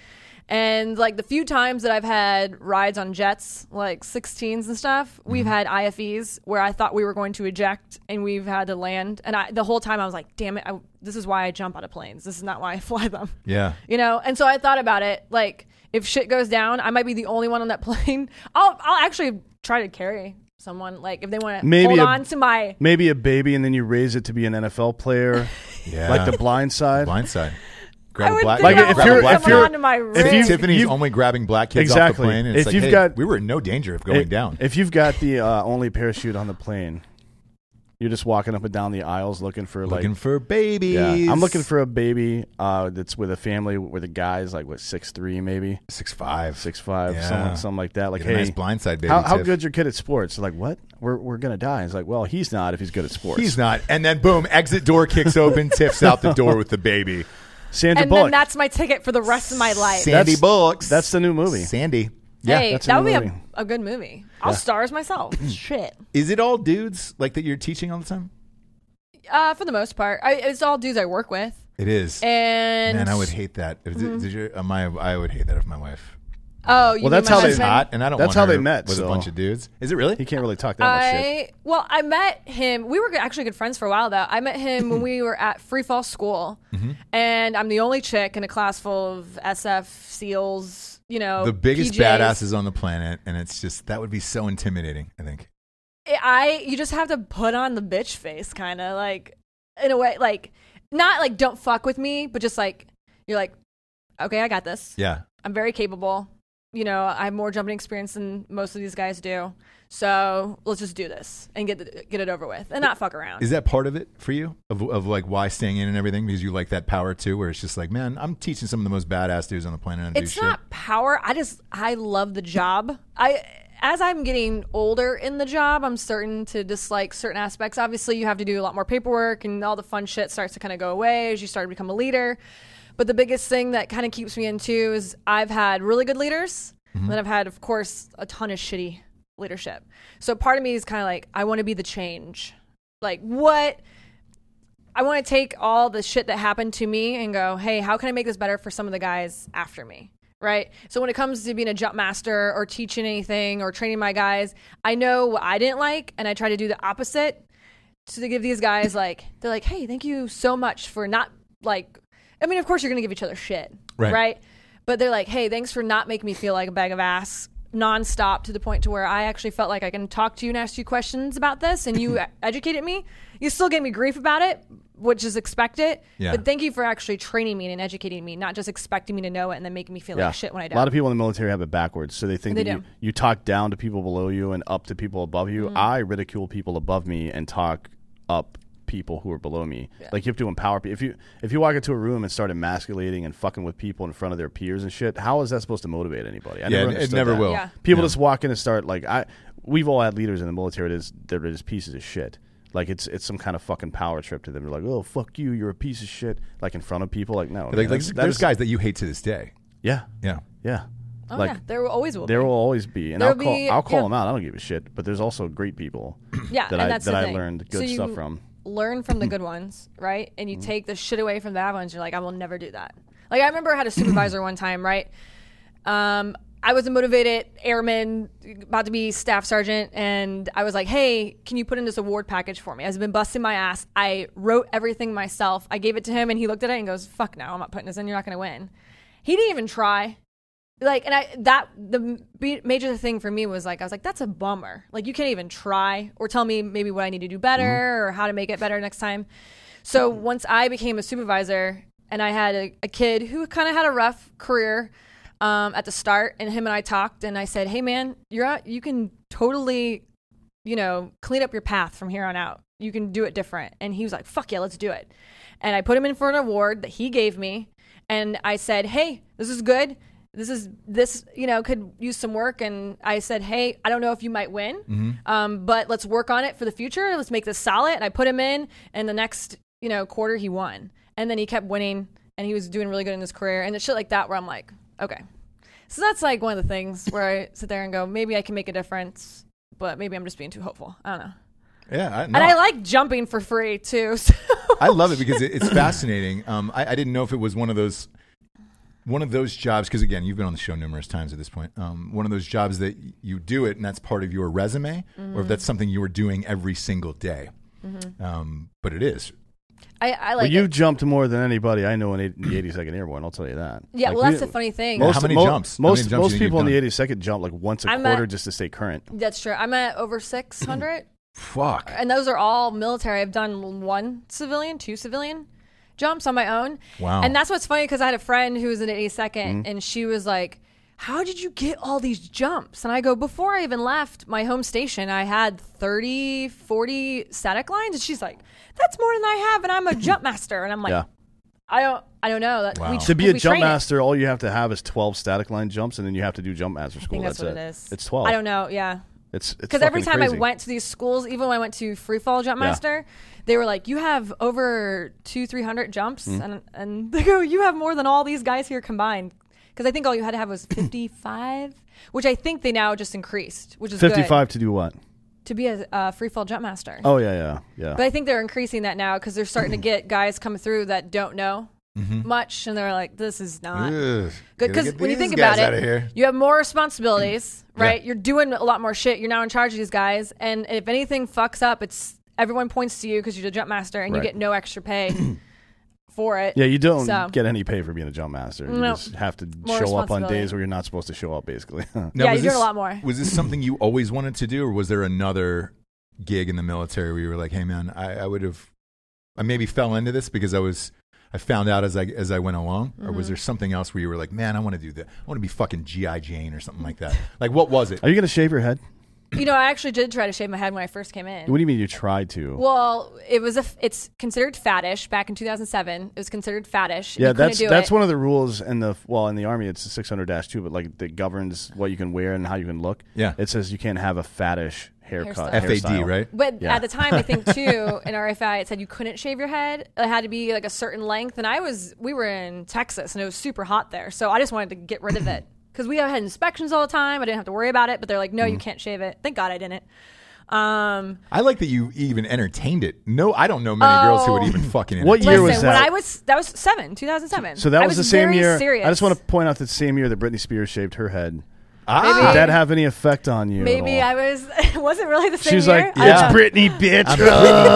And like the few times that I've had rides on jets, like 16s and stuff, we've Mm-hmm. had IFEs where I thought we were going to eject and we've had to land. And I, the whole time I was like, damn it, I, this is why I jump out of planes. This is not why I fly them. Yeah. You know? And so I thought about it. Like, if shit goes down, I might be the only one on that plane. I'll, I'll actually try to carry someone. Like, if they want to Maybe hold a- on to my. maybe a baby, and then you raise it to be an NFL player, Yeah. like the blind side. blind side. Grab I a would black think kid. Like, I if grab a you're- black if kid. you're- someone to my if rig. you- Tiffany's you've- only grabbing black kids Exactly. off the plane. And it's If like, you've hey, got- we were in no danger of going If- down. If you've got the uh, only parachute on the plane, you're just walking up and down the aisles looking for like looking for babies. Yeah, I'm looking for a baby uh, that's with a family where the guy's like what six three maybe six five, six five Yeah. something something like that. Like Get hey, a nice blind side baby. how, how Tiff. good's your kid at sports? They're like what? We're we're gonna die. It's like well he's not if he's good at sports. He's not. And then boom, exit door kicks open. Tiff's out the door with the baby. Sandra and then Bullock. that's my ticket for the rest of my life. Sandy That's- Bullock. that's the new movie. Sandy. hey, that's a that new would be movie. a, a good movie. I'll star as myself. Shit. Is it all dudes like that you're teaching all the time? Uh, for the most part, I, it's all dudes I work with, It is. and Mm-hmm. Man, I would hate that. If- Did you, uh, my, I would hate that if my wife Oh, you Well, mean that's my how they- was husband? hot, and I don't. That's want how her they met, with a so- bunch of dudes. Is it really? he can't really talk that much shit. I well, I met him. We were actually good friends for a while though. I met him when we were at Free Fall School, Mm-hmm. and I'm the only chick in a class full of SF seals. You know, the biggest PJs. badasses on the planet, and it's just that would be so intimidating. I think. I you just have to put on the bitch face, kind of like in a way, like not like don't fuck with me, but just like you're like, okay, I got this. Yeah. I'm very capable. You know, I have more jumping experience than most of these guys do. So let's just do this and get the, get it over with and not fuck around. Is that part of it for you? Of, of like why staying in and everything because you like that power too, where it's just like, man, I'm teaching some of the most badass dudes on the planet. How to it's do not power. I just I love the job. I as I'm getting older in the job, I'm starting to dislike certain aspects. Obviously, you have to do a lot more paperwork and all the fun shit starts to kind of go away as you start to become a leader. But the biggest thing that kind of keeps me in too is I've had really good leaders, and then I've had, of course, a ton of shitty leadership. So part of me is kind of like I want to be the change. Like what I want to take all the shit that happened to me and go, hey, how can I make this better for some of the guys after me? Right. So when it comes to being a jump master or teaching anything or training my guys, I know what I didn't like and I try to do the opposite to give these guys like they're like, hey, thank you so much for not like. I mean, of course you're gonna give each other shit, Right. But they're like, hey, thanks for not making me feel like a bag of ass nonstop to the point to where I actually felt like I can talk to you and ask you questions about this, and you educated me. You still gave me grief about it, which is expected. Yeah. But thank you for actually training me and educating me, not just expecting me to know it and then making me feel like shit when I A lot don't. of people in the military have it backwards, so they think They that you, do. Mm-hmm. you talk down to people below you and up to people above you. I ridicule people above me and talk up people who are below me. Like you have to empower people. If you if you walk into a room and start emasculating and fucking with people in front of their peers and shit, how is that supposed to motivate anybody? I Yeah, it- it understood never that. will. Yeah. People just walk in and start like I. We've all had leaders in the military that is that are just pieces of shit. Like it's it's some kind of fucking power trip to them. They're like, oh fuck you, you're a piece of shit. Like in front of people, like no, Like, man, like that's- that there's is- guys that you hate to this day. yeah, Yeah. yeah. Oh like yeah, there always will. be. there will always be, and There I'll will call. be- I'll call yeah. them out. I don't give a shit. But there's also great people Yeah, that and I that's that the I thing. learned So good you stuff from. Learn from the good ones, right? And you take the shit away from the bad ones. You're like, I will never do that. Like I remember I had a supervisor one time, right? Um, I was a motivated airman, about to be staff sergeant, and I was like, "Hey, can you put in this award package for me?" I've been busting my ass. I wrote everything myself. I gave it to him, and he looked at it and goes, "Fuck no, I'm not putting this in. You're not going to win." He didn't even try. Like, and I that the b- major thing for me was like, I was like, "That's a bummer. Like, you can't even try or tell me maybe what I need to do better or how to make it better next time." So once I became a supervisor and I had a, a kid who kind of had a rough career um, at the start, and him and I talked, and I said, "Hey, man, you're out, you can totally, you know, clean up your path from here on out. You can do it different." And he was like, "Fuck yeah, let's do it." And I put him in for an award that he gave me, and I said, "Hey, this is good." This is this you know could use some work, and I said, "Hey, I don't know if you might win, um, but let's work on it for the future. Let's make this solid." And I put him in, and the next you know quarter he won, and then he kept winning, and he was doing really good in his career, and it's shit like that where I'm like, okay, so that's like one of the things where I sit there and go, maybe I can make a difference, but maybe I'm just being too hopeful. I don't know. Yeah, I, And no, I like jumping for free too. So I love it because it, it's fascinating. Um, I, I didn't know if it was one of those one of those jobs because again, you've been on the show numerous times at this point. Um, one of those jobs that you do it and that's part of your resume, Mm-hmm. or if that's something you were doing every single day. Um, but it is. I, I Well, like. you it. jumped more than anybody I know in eight- the 82nd Airborne. I'll tell you that. Yeah, Like, well, that's we- the funny thing. Most- How many mo- jumps? How Most many jumps do most you think people in you've the done? 82nd jump like once a I'm quarter at- just to stay current. that's true. I'm at over 600, Fuck. and those are all military. I've done one civilian, two civilian jumps on my own. Wow. And that's what's funny because I had a friend who was in 82nd, Mm-hmm. and she was like, "How did you get all these jumps?" And I go, "Before I even left my home station, I had 30, 40 static lines," and she's like, "That's more than I have, and I'm a jump master." And I'm like, Yeah. I don't. I don't know. That Wow. we, To be we a jump train it. master, all you have to have is 12 static line jumps, and then you have to do jump master I school. think that's, what it. it is. It's 12. I don't know. Yeah. It's Because every time I went to these schools, even when I went to free fall jump Yeah. master, they were like, "You have over two, three hundred jumps," Mm. and and they go, "You have more than all these guys here combined." Because I think all you had to have was fifty-five, which I think they now just increased, which is good. 55 to do what? to be a uh, free fall jump master. Oh yeah, yeah, yeah. But I think they're increasing that now because they're starting to get guys come through that don't know Mm-hmm. much, and they're like, "This is Ugh. not." Gotta Good because get when you these think guys about outta here. it, you have more responsibilities, right? You're doing a lot more shit. You're now in charge of these guys, and if anything fucks up, it's everyone points to you because you're the jump master, and Right. you get no extra pay for it. yeah, you don't So- get any pay for being a jump master. You No. just have to More show up on responsibility. days where you're not supposed to show up, basically. Now, Yeah, was you do it a this- lot more. Was this something you always wanted to do, or was there another gig in the military where you were like, "Hey, man, I, I would have, I maybe fell into this because I was, I found out as I as I went along, or Mm-hmm. was there something else where you were like, "Man, I want to do that. I want to be fucking GI Jane or something like that." Like, what was it? Are you gonna shave your head? You know, I actually did try to shave my head when I first came in. What do you mean you tried to? well, it was a f- it's considered faddish back in 2007. It was considered faddish. yeah, you couldn't that's do that's it. one of the rules in the well in the army. It's 600 two, but like that governs what you can wear and how you can look. Yeah. it says you can't have a faddish haircut. Hairstyle. FAD, hairstyle. right? But Yeah. at the time, I think too in RFI, it said you couldn't shave your head. It had to be like a certain length. And I was, we were in Texas, and it was super hot there, so I just wanted to get rid of it because we had inspections all the time. I didn't have to worry about it. But they're like, no, Mm. you can't shave it. Thank God I didn't. Um, I like that you even entertained it. No, I don't know many girls who would Oh. even fucking. What entertain year it. listen, was when that? I was that was seven, two thousand seven. So that I was, the same very year. Serious. I just want to point out that same year that Britney Spears shaved her head. Ah, Did that have any effect on you? Maybe I at all? was. It wasn't really the same She was year. like, I Yeah. "It's Britney, bitch, I'm a Britney Oh,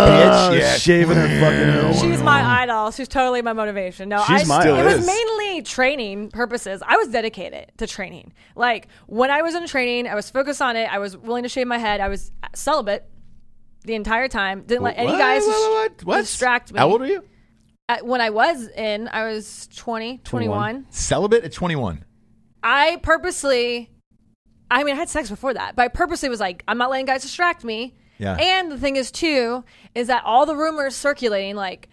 bitch, yeah. shaving her fucking head." She was my idol. She was totally my motivation. No, She's I my idol. It Still is. was mainly training purposes. I was dedicated to training. Like when I was in training, I was focused on it. I was willing to shave my head. I was celibate the entire time. Didn't let any What? guys What? What? dis- What? distract me. How old are you? Uh, when I was in, I was 20, 21. Celibate at twenty-one. I purposely, I mean, I had sex before that, but I purposely was like, I'm not letting guys distract me. Yeah. And the thing is, too, is that all the rumors circulating, like,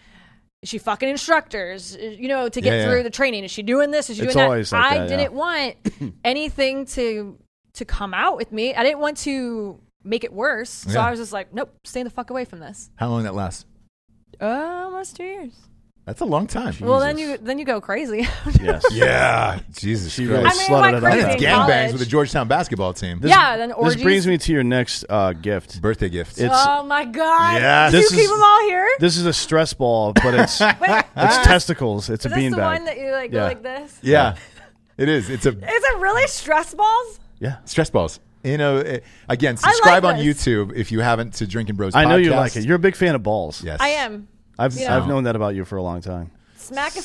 is she fucking instructors, you know, to get Yeah, yeah. through the training? Is she doing this? Is she It's doing always that? like I that, yeah. didn't want anything to to come out with me. I didn't want to make it worse. So Yeah. I was just like, nope, stay the fuck away from this. How long that lasts? Uh, almost two years. That's a long time. Well, then you then you go crazy. Yes. Yeah, Jesus She Christ. really I mean, slutted I went it up. crazy. think it's in gangbangs college. with the Georgetown basketball team. This yeah, then orgies. This brings me to your next uh, gift. birthday gift. It's oh my god! Yeah. Did This you is- keep them all here? this is a stress ball, but it's it's testicles. It's a Is this beanbag. the one that you like go Yeah. like this? yeah. It is. It's a Is it really stress balls? Yeah. stress balls. You know, it, again, subscribe on this. YouTube if you haven't to Drinking Bros. I know you podcast. like it. You're a big fan of balls. yes, I am. I've Yeah. I've known that about you for a long time.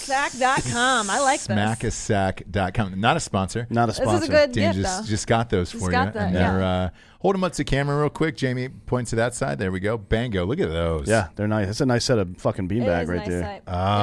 Smackasack.com. I like this. Smackasack.com. Not a sponsor. Not a This sponsor. is a good Dan gift, just, though. just got those for you. got that, and yeah. they're, uh, hold them up to camera real quick. Jamie, point to that side. There we go. Bango. Look at those. Yeah, they're nice. That's a nice set of fucking It beanbag is right nice there. Uh, sight.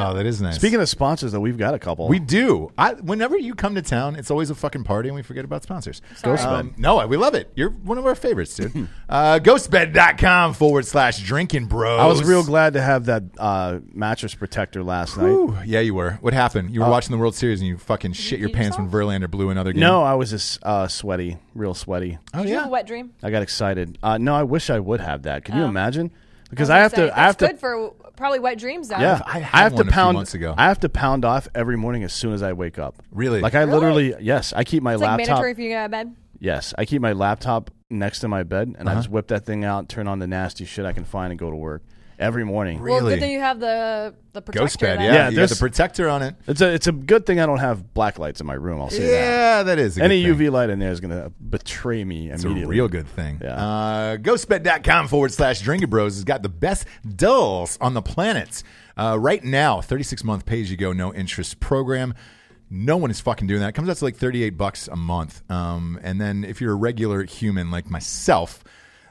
Oh, that is nice. Speaking of sponsors, though, we've got a couple. we do. I, whenever you come to town, it's always a fucking party, and we forget about sponsors. Sorry. Ghostbed. Um, no, we love it. You're one of our favorites, Hmm. dude. uh, ghostbed.com forward slash drinking bros. I was real glad to have that uh, mattress protector last night. Ooh, yeah, you were. What happened? Uh, You were watching the World Series and you fucking shit your kill pants when Verlander blew another game. No, I was just uh, sweaty, real sweaty. Oh Did you have yeah. a wet dream? I got excited. Uh, no, I wish I would have that. Can you imagine? was Because I have gonna to. say, I have Oh. that's to. good for probably wet dreams. Zach. Yeah, I had I have one to a few pound. months ago. I have to pound off every morning as soon as I wake up. Really? Like I literally, yes, I keep my It's like laptop. mandatory if you get out of bed. yes, I keep my laptop next to my bed, Uh-huh. and I just whip that thing out, turn on the nasty shit I can find, and go to work every morning. Well, Really? good thing you have the the protector. Ghost bed, then. yeah. Yeah, you got there's- the protector on it. It's a it's a good thing I don't have black lights in my room. I'll say that. Yeah, that is a Any good thing. UV light in there is going to betray me It's a immediately. real good thing. Yeah. Uh, ghostbed.com forward slash drinking bros has got the best dulls on the planet. Uh, right now, 36 month pay as you go, no interest program. No one is fucking doing that. It comes out to like 38 bucks a month. Um, and then if you're a regular human like myself,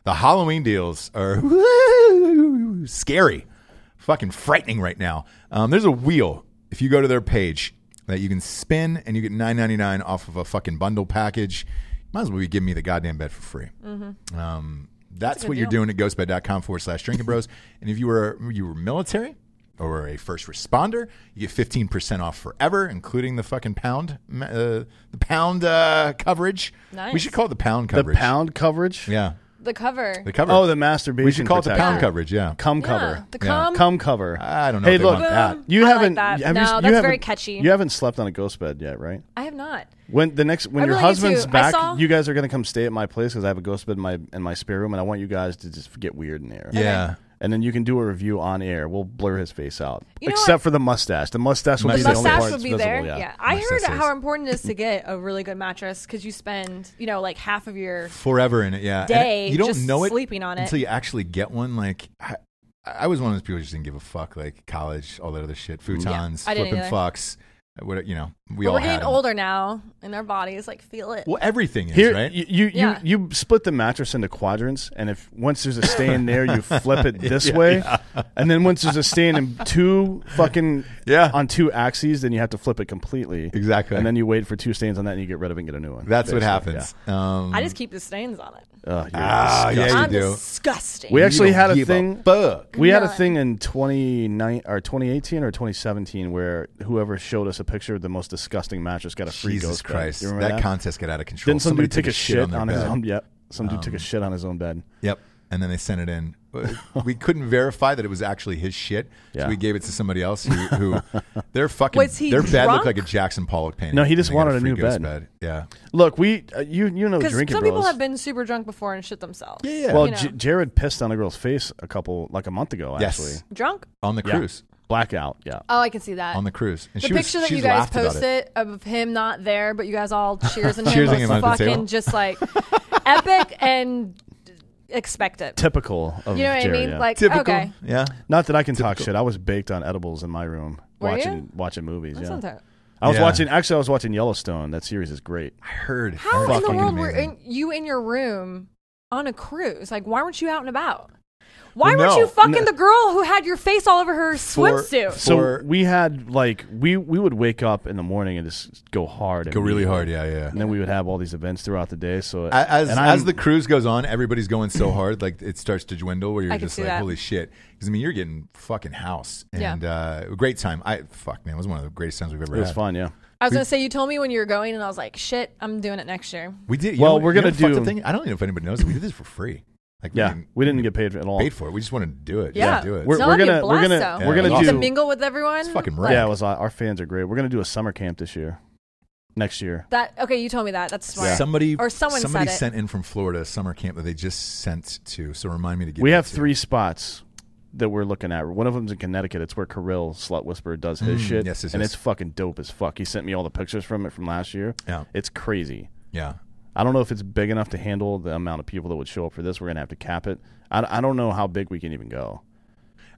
the Halloween deals are woo, scary, fucking frightening right now. Um, there's a wheel. If you go to their page, that you can spin and you get 9.99 off of a fucking bundle package. Might as well be giving me the goddamn bed for free. Um, that's, what you're doing at ghostbed.com forward slash drinking bros. and if you were you were military or a first responder, you get 15% off forever, including the fucking pound uh, the pound uh, coverage. We Nice. should call it the pound The coverage. pound coverage. Yeah. The cover. The cover. Oh, the masturbation. we should call it the protector. pound coverage. Yeah. Cum Yeah, cover. The Yeah. cum. Cum cover. I don't know Hey, if they look, want that. I you like haven't. that. have you- No, you that's very haven't- catchy. You haven't slept on a ghost bed yet, right? I have not. When the next when I your really need husband's to. I back, saw- you guys are gonna come stay at my place because I have a ghost bed in my in my spare room, and I want you guys to just get weird in there. Yeah. And then you can do a review on air. We'll blur his face out, You know except what? for the mustache. The mustache will The be The the only mustache part would that's be visible. there. Yeah. I heard Mustache is. how important it is to get a really good mattress because you spend, you know, like half of your. forever in it. Yeah, And day you don't just know it sleeping on it. until you actually get one. Like I, I was one of those people who just didn't give a fuck. Like college, all that other shit, futons, I didn't flipping either. fucks. What you know, we But all we're had getting 'em. older now, and our bodies like feel it. Well, everything is Here, right. you you, Yeah. you you split the mattress into quadrants, and if once there's a stain there, you flip it this way, and then once there's a stain in two fucking Yeah. on two axes, then you have to flip it completely Exactly. and then you wait for two stains on that, and you get rid of it and get a new one. That's what basically. happens. Um, I just keep the stains on it. Yeah. Ugh, you're Ah, yeah, disgusting. you I'm do. disgusting. We you actually don't had a give thing- Fuck. We had a None. thing in 29 or 2018 or 2017 where whoever showed us a picture of the most disgusting mattress got a free Jesus ghost bed. Christ, You that, remember that? contest got out of control. Didn't some Somebody dude take a shit on, their his bed. Um, own? Yep. Some dude took a shit on his own bed. Yep. And then they sent it in. we couldn't verify that it was actually his shit, so Yeah. we gave it to somebody else who, who their fucking Was he their bed looked drunk? like a Jackson Pollock painting. No, he just And they got wanted a free new ghost bed. Yeah, Look, we uh, you you know Because some drinking people bros. have been super drunk before and shit themselves. Yeah, yeah. well, you know. J- Jared pissed on a girl's face a couple like a month ago. Yes. Actually, Drunk? on the Yeah. cruise. blackout. Yeah. Oh, I can see that. on the cruise. And the she picture was, that she you guys laughed about it. posted of him not there, but you guys all cheers and him Cheersing him was at the table. fucking just like epic and expect it. Typical of You know what Jared. I mean? yeah. Like, Typical. okay. Yeah. not that I can talk shit. I was baked on edibles in my room Were watching you? watching movies. That's yeah. not that- I was Yeah. watching. Actually, I was watching Yellowstone. That series is great. I heard. How in the Fucking world were amazing. in, you in your room on a cruise? Like, why weren't you out and about? Why Well, weren't no. you fucking No. the girl who had your face all over her swimsuit? So For- we had like we we would wake up in the morning and just go hard, Go really immediately. hard. Yeah, yeah. and then we would have all these events throughout the day. So As as and I'm- the cruise goes on, everybody's going so hard, like it starts to dwindle. Where you're I can just see like, that. holy shit. Because I mean, you're getting fucking house Yeah. and uh, great time. I fuck man, it was one of the greatest times we've ever it was had. fun, yeah. I was gonna say you told me when you were going, and I was like, shit, I'm doing it next year. We did. you Well, know what- we're you know gonna what the fucked up do- Thing? I don't even know if anybody knows. that We did this for free. Like, Yeah, we we didn't get paid at all. paid for it. We just wanted to do it. Yeah, do it. We're- No, that'd be a gonna- we're blast, gonna- though. we're gonna You get do- to mingle with everyone. It's fucking Like, yeah, it was. uh, Our fans are great. We're gonna do a summer camp this year, next year. that okay? You told me that. That's smart. Somebody or someone somebody said it. sent in from Florida a summer camp that they just sent to. So remind me to get. we that have to you. three spots. that we're looking at. One of them's in Connecticut. It's where Kirill Slut Whisperer does his Mm, shit. yes, yes, and yes. it's fucking dope as fuck. He sent me all the pictures from it from last year. Yeah. It's crazy. Yeah. I don't know if it's big enough to handle the amount of people that would show up for this. We're gonna have to cap it. I, I don't know how big we can even go.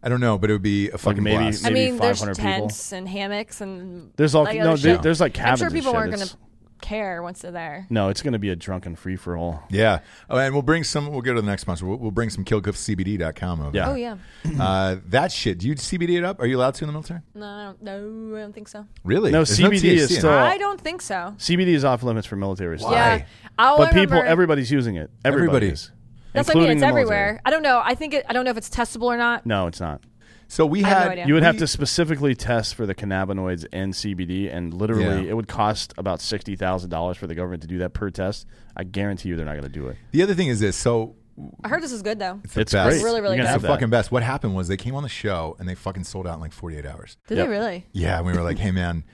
I don't know, but it would be a fucking maybe- blast. I maybe mean, there's 500 people. tents and hammocks and There's all like no. other there- shit. there's like I'm cabins. sure and people shit. aren't It's- gonna care once they're there. No, it's gonna be a drunken free for all. Yeah. Oh, and we'll bring some. We'll go to the next sponsor. We'll, we'll bring some killcuffcbd.com over. Yeah. Oh yeah, Uh, that shit. Do you CBD it up? Are you allowed to in the military? no, I don't, no, I don't think so. Really? No, There's CBD is THC in it. still- Oh. I don't think so. CBD is off limits for military stuff. Why? Yeah, All Oh, I But people, remember- everybody's using it. Everybody. Everybody's. That's what I mean. including It's the military. everywhere. I don't know. I think it, I don't know if it's testable or not. No, it's not. So we I have no had. idea. You would have we- to specifically test for the cannabinoids and CBD, and literally, Yeah. it would cost about sixty thousand dollars for the government to do that per test. I guarantee you, they're not going to do it. The other thing is this. So I heard this is good though. it's the It's best. great. Really, really good. You're gonna It's have the that. fucking best. What happened was they came on the show and they fucking sold out in like 48 hours. Did Yep. they really? Yeah, and we were like, hey man,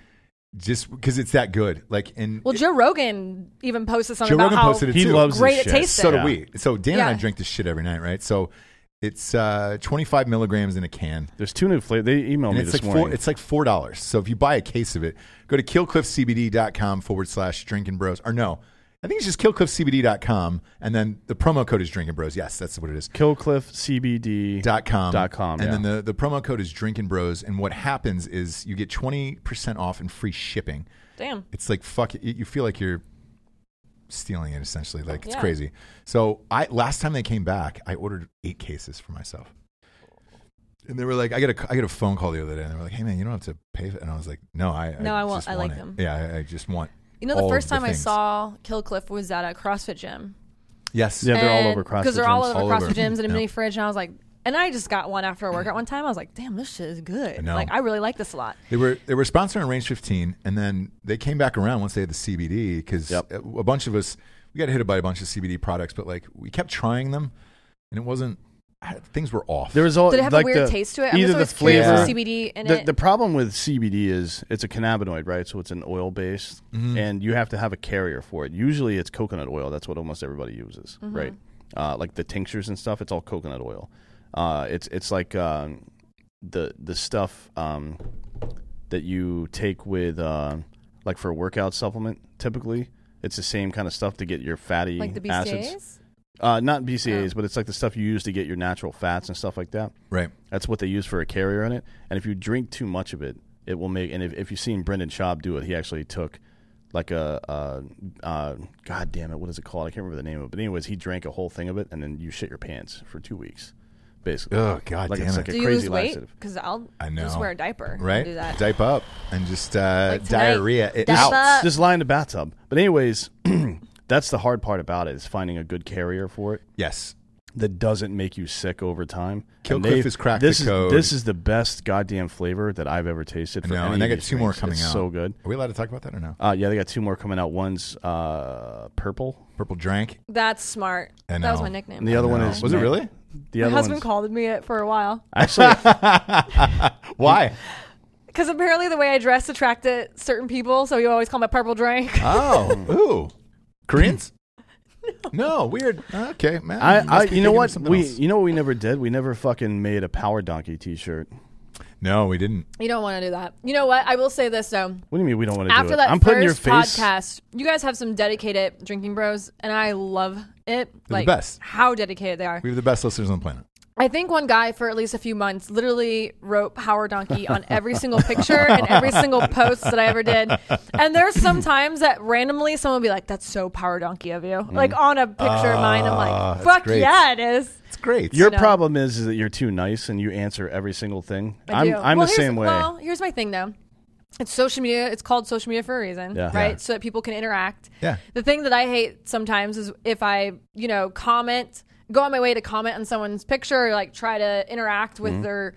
just because it's that good. Like, and Well, Joe Rogan even posted something Joe about Rogan how posted it He too. loves great this it shit. tasted. So Yeah. do we. So Dan and I Yeah. drink this shit every night, right? So it's uh, 25 milligrams in a can. There's two new flavors. They emailed And me it's this like morning. four, it's like four dollars. So if you buy a case of it, go to killcliffcbd.com forward slash drinking bros. Or no, I think it's just killcliffcbd.com and then the promo code is drinking bros. Yes, that's what it is. KillcliffCBD. Dot com. Dot com, And yeah. then the, the promo code is drinking bros. And what happens is you get 20% off and free shipping. Damn. It's like fuck. It, you feel like you're stealing it essentially. Like it's Yeah. crazy. So I last time they came back, I ordered eight cases for myself. And they were like, I got a, I got a phone call the other day, and they were like, Hey man, you don't have to pay. For it. And I was like, No, I No, I won't. just I want like it. them. Yeah, I, I just want. You know, the all of first time I things. saw Killcliff was at a CrossFit gym. Yes. Yeah, they're all over CrossFit because they're all gyms. over All CrossFit over. gyms and a Yeah. mini fridge. And I was like, and I just got one after a workout one time. I was like, damn, this shit is good. I know. Like, I really like this a lot. They were they were sponsoring Range 15, and then they came back around once they had the CBD because Yep. a a bunch of us we got hit by a bunch of CBD products, but like we kept trying them, and it wasn't I- things were off. There was all Did it have like a weird the- taste to it? I'm just Either the always flavor, curious flavor- with CBD in the, it. the problem with CBD is it's a cannabinoid, right? So it's an oil based, and you have to have a carrier for it. Usually, it's coconut oil. That's what almost everybody uses, Mm-hmm. right? Uh, like the tinctures and stuff, it's all coconut oil. Uh, it's it's like um, the the stuff um, that you take with uh, like for a workout supplement. Typically, it's the same kind of stuff to get your fatty like the acids. BCAAs? Uh, not Oh. BCAAs, but it's like the stuff you use to get your natural fats and stuff like that. right. That's what they use for a carrier in it. And if you drink too much of it, it will make. And if, if you've seen Brendan Schaub do it, he actually took like a, uh uh God damn it, what is it called? I can't remember the name of it. But anyways, he drank a whole thing of it, and then you shit your pants for two weeks, basically. Oh, God like damn it's it. like a Do you crazy lose weight? laxative. Because I'll I know. just wear a diaper. and Right? Do that. Dipe up and just uh, Like tonight, diarrhea it dive out. up. Just lie in the bathtub. But anyways, that's the hard part about it is finding a good carrier for it. Yes. that doesn't make you sick over time. And Killcliff they've- has cracked this the is- code. this is the best goddamn flavor that I've ever tasted. For No, any and I of got these two more things. coming It's out. So good. Are we allowed to talk about that or no? Uh, yeah, they got two more coming out. One's uh, purple, Purple drank. That's smart. I That was know. my nickname. and the other one No. is Was it really? The my other husband one's- called me it for a while Actually, Why? because apparently the way I dress attracted certain people, so he always called me purple drink. oh, ooh, Koreans. no, weird. Okay, man. I, must I be you thinking know of what something we else. you know what we never did. We never fucking made a power donkey T-shirt. No, we didn't. you don't want to do that. You know what? I will say this though. What do you mean we don't want to do After it? that I'm first putting your face. podcast, you guys have some dedicated drinking bros, and I love it. the like best. how dedicated they are. We have the best listeners on the planet. I think one guy for at least a few months literally wrote Power Donkey on every single picture and every single post that I ever did. And there's some times that randomly someone will be like, "That's so Power Donkey of you," like on a picture of mine. I'm Mm. Ah, like, that's "Fuck great. yeah, it is." It's great. Your No. problem is, is that you're too nice and you answer every single thing. I am do. I'm Well, the here's- same way. Well, here's my thing though. It's social media. It's called social media for a reason, Yeah. right? Yeah. So that people can interact. Yeah. The thing that I hate sometimes is if I, you know, comment, go on my way to comment on someone's picture, or like try to interact with Mm-hmm. their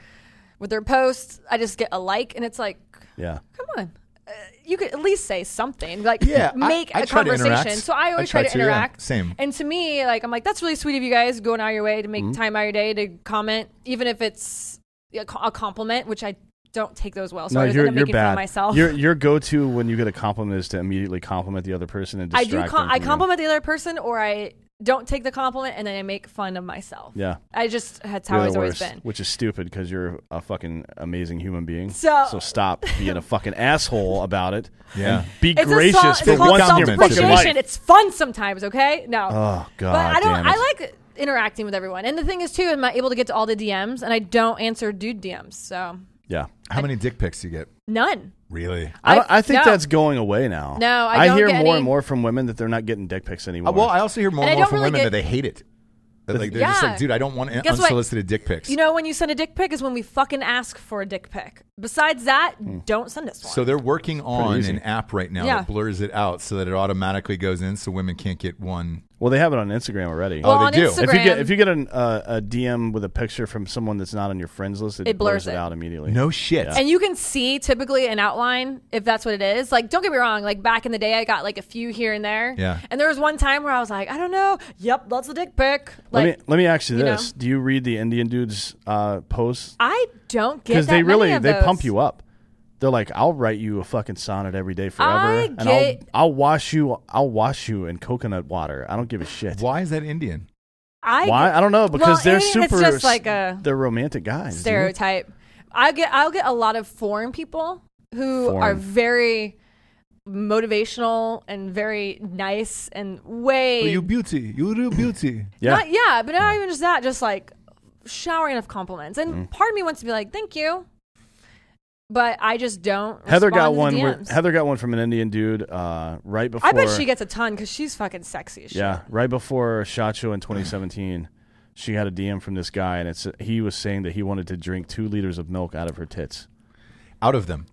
with their posts. I just get a like, and it's like, yeah. come on. Uh, You could at least say something, like Yeah, I- make a I try to conversation. interact. so I always I try, try to to, yeah. interact. Same. Mm-hmm. And to me, like I'm like, that's really sweet of you guys going out of your way to make time out of your day to comment, even if it's a co- a compliment, which I don't take those well. So I just end up making fun of myself. Your your go to when you get a compliment is to immediately compliment the other person and I distract do. Com- them I from you. compliment the other person, or I don't take the compliment, and then I make fun of myself. Yeah. I just that's You're how it's the always worst, been. which is stupid because you're a fucking amazing human being. So- stop being a fucking asshole about it. Yeah. and be It's gracious a sol- for it's called once in your compliment to fucking me. life. self-depreciation. It's fun sometimes, okay? No. Oh god, but I don't. damn it. I like interacting with everyone, and the thing is too, I'm not able to get to all the DMs, and I don't answer dude DMs, so yeah. How many dick pics do you get? none. Really? I, I- I think no. that's going away now. No, I don't hear get more any- and more from women that they're not getting dick pics anymore. Uh, well, I also hear more And and I more don't from really women get- that they hate it. That, like, they're just Yeah. like, dude, I don't want an- Guess what? unsolicited dick pics. You know, when you send a dick pic is when we fucking ask for a dick pic. Besides that, Hmm. don't send us one. so they're working on easy. an app right now Yeah. that blurs it out so that it automatically goes in so women can't get one. well, they have it on Instagram already. well, they on do. If you Instagram, oh, if you get if you get an, uh, a DM with a picture from someone that's not on your friends list, it, It blurs it it. out immediately. No shit. and you can see typically an outline if that's what it is. Like, don't get me wrong. Like back in the day, I got like a few here and there. Yeah. And there was one time where I was like, I don't know. Yep, that's a dick pic. let Like, me let me ask you you this: Do you read the Indian dudes' uh, posts? I don't get Because that they really many of they those. pump you up. They're like, I'll write you a fucking sonnet every day forever, I and get- I'll I'll wash you I'll wash you in coconut water. I don't give a shit. Why is that Indian? I Why? get I don't know because Well, they're I mean, it's super. just like a they're romantic guys. dude. stereotype. I get I'll get a lot of foreign people who Foreign. are very motivational and very nice and way beauty. Oh, You real beauty. Yeah. Mm. Not, yeah, but not even just that, just like showering of compliments. And part of me wants to be like, thank you. But I just don't. Heather respond to got the one. DMs. With, Heather got one from an Indian dude uh, right before. I bet she gets a ton because she's fucking sexy as shit. Yeah, right before Shot Show in 2017, she had a DM from this guy, and it's he was saying that he wanted to drink two liters of milk out of her tits. Out of them.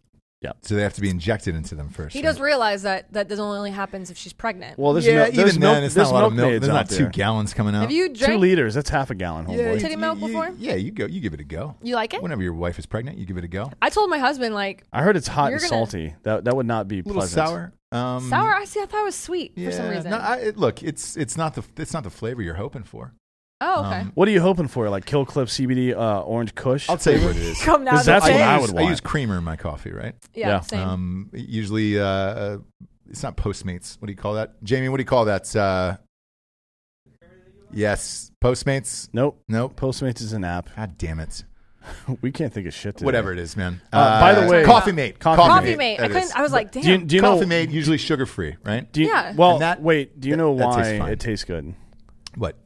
Yeah. So they have to be injected into them first. He right? does realize that that doesn't only happens if she's pregnant. Well, there's yeah, no, there's even milk, then, it's there's not a lot of milk. milkmaids There's out not two there. gallons coming out. Have you Two drank? liters. That's half a gallon, homeboy. Titty milk before? Yeah, Oh, you go. You give it a go. You like it? Whenever your wife is pregnant, you give it a go. I told my husband like I heard it's hot You're and gonna- salty. That that would not be A little pleasant. sour. Um, sour. I see. I thought it was sweet Yeah, for some reason. No, I, it- look, it's it's not the it's not the flavor you're hoping for. oh, okay. um, What are you hoping for? Like Kill Clip CBD uh, Orange Kush? I'll tell you what it is. Come now. Is that the what face. I use- would I use want. creamer in my coffee, right? Yeah, Yeah. same. Um, usually, uh, uh, it's not Postmates. What do you call that, Jamie? What do you call that? Uh, yes, Postmates. Nope. Nope. Postmates is an app. God damn it. We can't think of shit. Today. Whatever it is, man. Uh, by the way- Coffee Mate. Coffee Coffee mate. I that couldn't. is. I was like, damn. Do you, do you coffee know? made usually sugar free, right? Do you, Yeah. Well, And that- wait. Do you know that- that why tastes fine. it tastes good? What?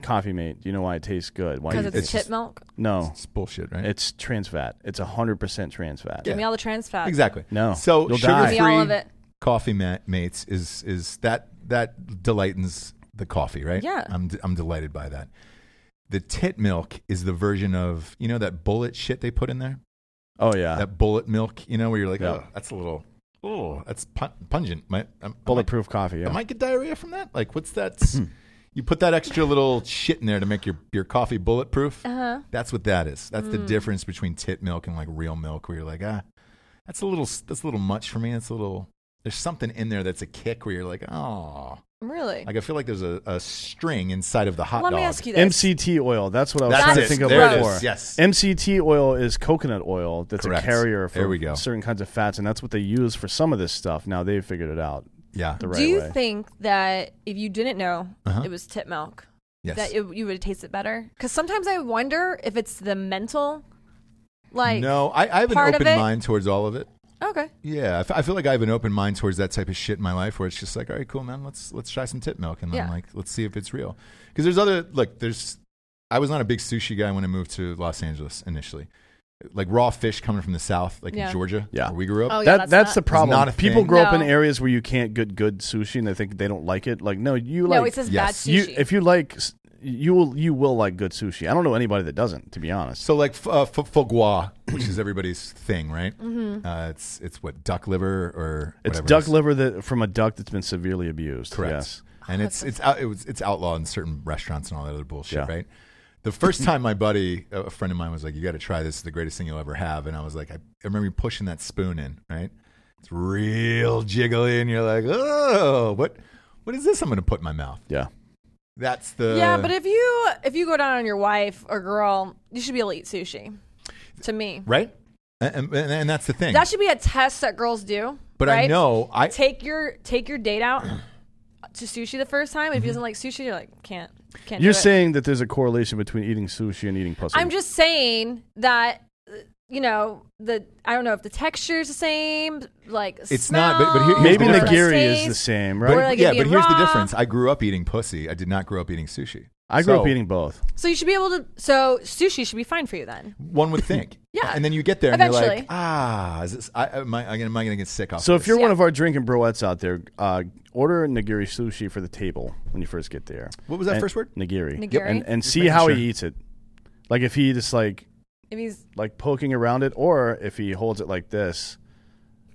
Coffee mate. Do you know why it tastes good? Why? because you- it's, it's tit just- milk. no, It's bullshit, right? it's trans fat. It's hundred percent trans fat. Give me all the trans fat. exactly. No. So You'll die. sugar Give me all of free it. coffee ma- mates is is that that delightens the coffee, right? Yeah. I'm d- I'm delighted by that. The tit milk is the version of you know that bullet shit they put in there. Oh yeah. that bullet milk, you know, where you're like, Yeah. oh, that's a little, oh, that's pun- pungent. Might, I'm, Bulletproof coffee. I Yeah. might get diarrhea from that. Like, what's that? you put that extra little shit in there to make your, your coffee bulletproof. Uh-huh. That's what that is. That's Hmm. the difference between tit milk and like real milk, where you're like, ah, that's a little, that's a little much for me. That's a little. There's something in there that's a kick where you're like, oh, Really. like I feel like there's a, a string inside of the hot Let dog. me ask you this. MCT oil. That's what I was That's trying it. to think of There it before. is. Yes. MCT oil is coconut oil. That's Correct. a carrier for There we go. certain kinds of fats, and that's what they use for some of this stuff. Now they've figured it out Yeah. the right Do you way. think that if you didn't know Uh-huh. it was tit milk, Yes. that it, you would taste it better? Because sometimes I wonder if it's the mental, like no, I, I have an part of open it- mind towards all of it. Okay, Yeah, I, f- I feel like I have an open mind towards that type of shit in my life, where it's just like, all right, cool, man, let's let's try some tit milk, and then Yeah. like let's see if it's real. Because there's other look, there's I was not a big sushi guy when I moved to Los Angeles initially, like raw fish coming from the south, like Yeah. in Georgia, Yeah. where we grew up. Oh, yeah, that, that's that's, not- the problem. It's not a People thing. grow up in No. areas where you can't get good sushi, and they think they don't like it. Like, no, you no, like it says yes. bad you. sushi. If you like, s- you will you will like good sushi. I don't know anybody that doesn't. To be honest, So like f- uh, f- foie gras, which is everybody's thing, right? Mm-hmm. Uh, it's it's what duck liver or it's whatever it duck is. liver that from a duck that's been severely abused. Correct. Yes. Oh, And it's it's out, it was, it's outlawed in certain restaurants and all that other bullshit, Yeah. right? The first time my buddy, a a friend of mine, was like, "You got to try this. It's the greatest thing you'll ever have." And I was like, I, I remember you pushing that spoon in, right? It's real jiggly, and you're like, "Oh, what? What is this? I'm going to put in my mouth." Yeah. That's the yeah, but if you if you go down on your wife or girl, you should be able to eat sushi. To me, right, and, and, and that's the thing. that should be a test that girls do. but I right? know I take your take your date out to sushi the first time. Mm-hmm. If he doesn't like sushi, you're like can't can't. You're do it. saying that there's a correlation between eating sushi and eating pussy. I'm just saying that uh, you know the I don't know if the texture is the same. Like It's not, but- but here- smell, here's Maybe the or difference. nigiri is the taste. same, But, right? Or like yeah, if but you here's the raw- difference. I grew up eating pussy. I did not grow up eating sushi. I grew So, up eating both. So you should be able to. So sushi should be fine for you then. One would think. Yeah. And then you get there and you're Eventually. like, ah, is this, I, am, I, am I going to get sick off So of if you're Yeah. one of our drinking broettes out there, uh, order nigiri sushi for the table when you first get there. What was that And- first word? Nigiri. Nigiri. And, and Just see making how sure. he eats it. Like if he just like If he's like poking around it, or if he holds it like this,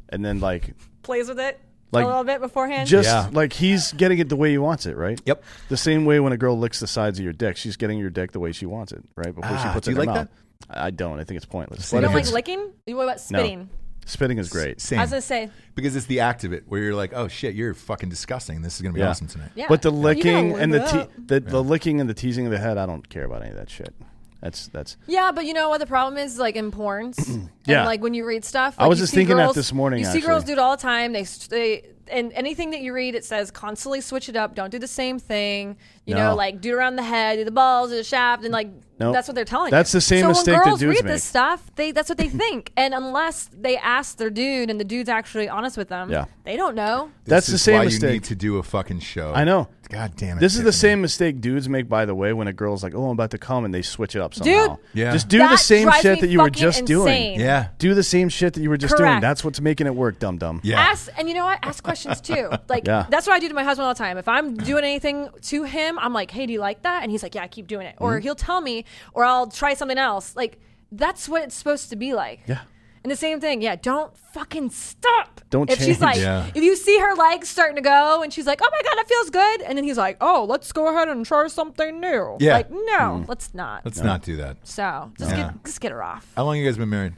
and then like plays with it Like, a little bit beforehand. just Yeah. like he's getting it the way he wants it, right? Yep. The same way when a girl licks the sides of your dick, she's getting your dick the way she wants it, right? Before she Ah, puts do it you in her like mouth. I I don't. I think it's pointless. You you But don't if like it's- licking. You- What about No. spitting? Spitting is great. Same. I was gonna say because it's the act of it where you're like, oh shit, you're fucking disgusting. This is going to be Yeah. awesome tonight. yeah. But the You gotta licking warm and it the te- up. the, the licking and the teasing of the head, I don't care about any of that shit. That's that's. Yeah, but you know what the problem is? Like in porns, Yeah. and like when you read stuff. I like, was you just see thinking that girls- this morning, You see actually. girls do it all the time. They, s- they and anything that you read, it says constantly switch it up. Don't do the same thing. You No. know, like do it around the head, do the balls, do the shaft, and like Nope. that's what they're telling. That's you. the same so mistake that when girls dudes read make. this stuff, they that's what they think. and unless they ask their dude and the dude's actually honest with them, Yeah. they don't know. That's This the is same why mistake. you need to do a fucking show. I know. God damn it. This is the Tiffany. same mistake dudes make, by the way, when a girl's like, "Oh, I'm about to come," and they switch it up somehow. Yeah. Just do That the same drives shit me that you were fucking just doing. insane. Yeah. Do the same shit that you were just doing. Correct. That's what's making it work, dum dum. Yeah. Ask and you know what? Ask questions too. Like Yeah. that's what I do to my husband all the time. If I'm doing anything to him, I'm like, "Hey, do you like that?" And he's like, "Yeah, I keep doing it." Mm-hmm. Or he'll tell me, or I'll try something else. Like that's what it's supposed to be like. Yeah. And the same thing, yeah. Don't fucking stop. Don't If change. she's like, Yeah. if you see her legs starting to go, and she's like, "Oh my god, that feels good," and then he's like, "Oh, let's go ahead and try something new." Yeah. Mm-hmm. Like, no, let's not. Let's not do that. so just Yeah. get just get her off. How long you guys been married?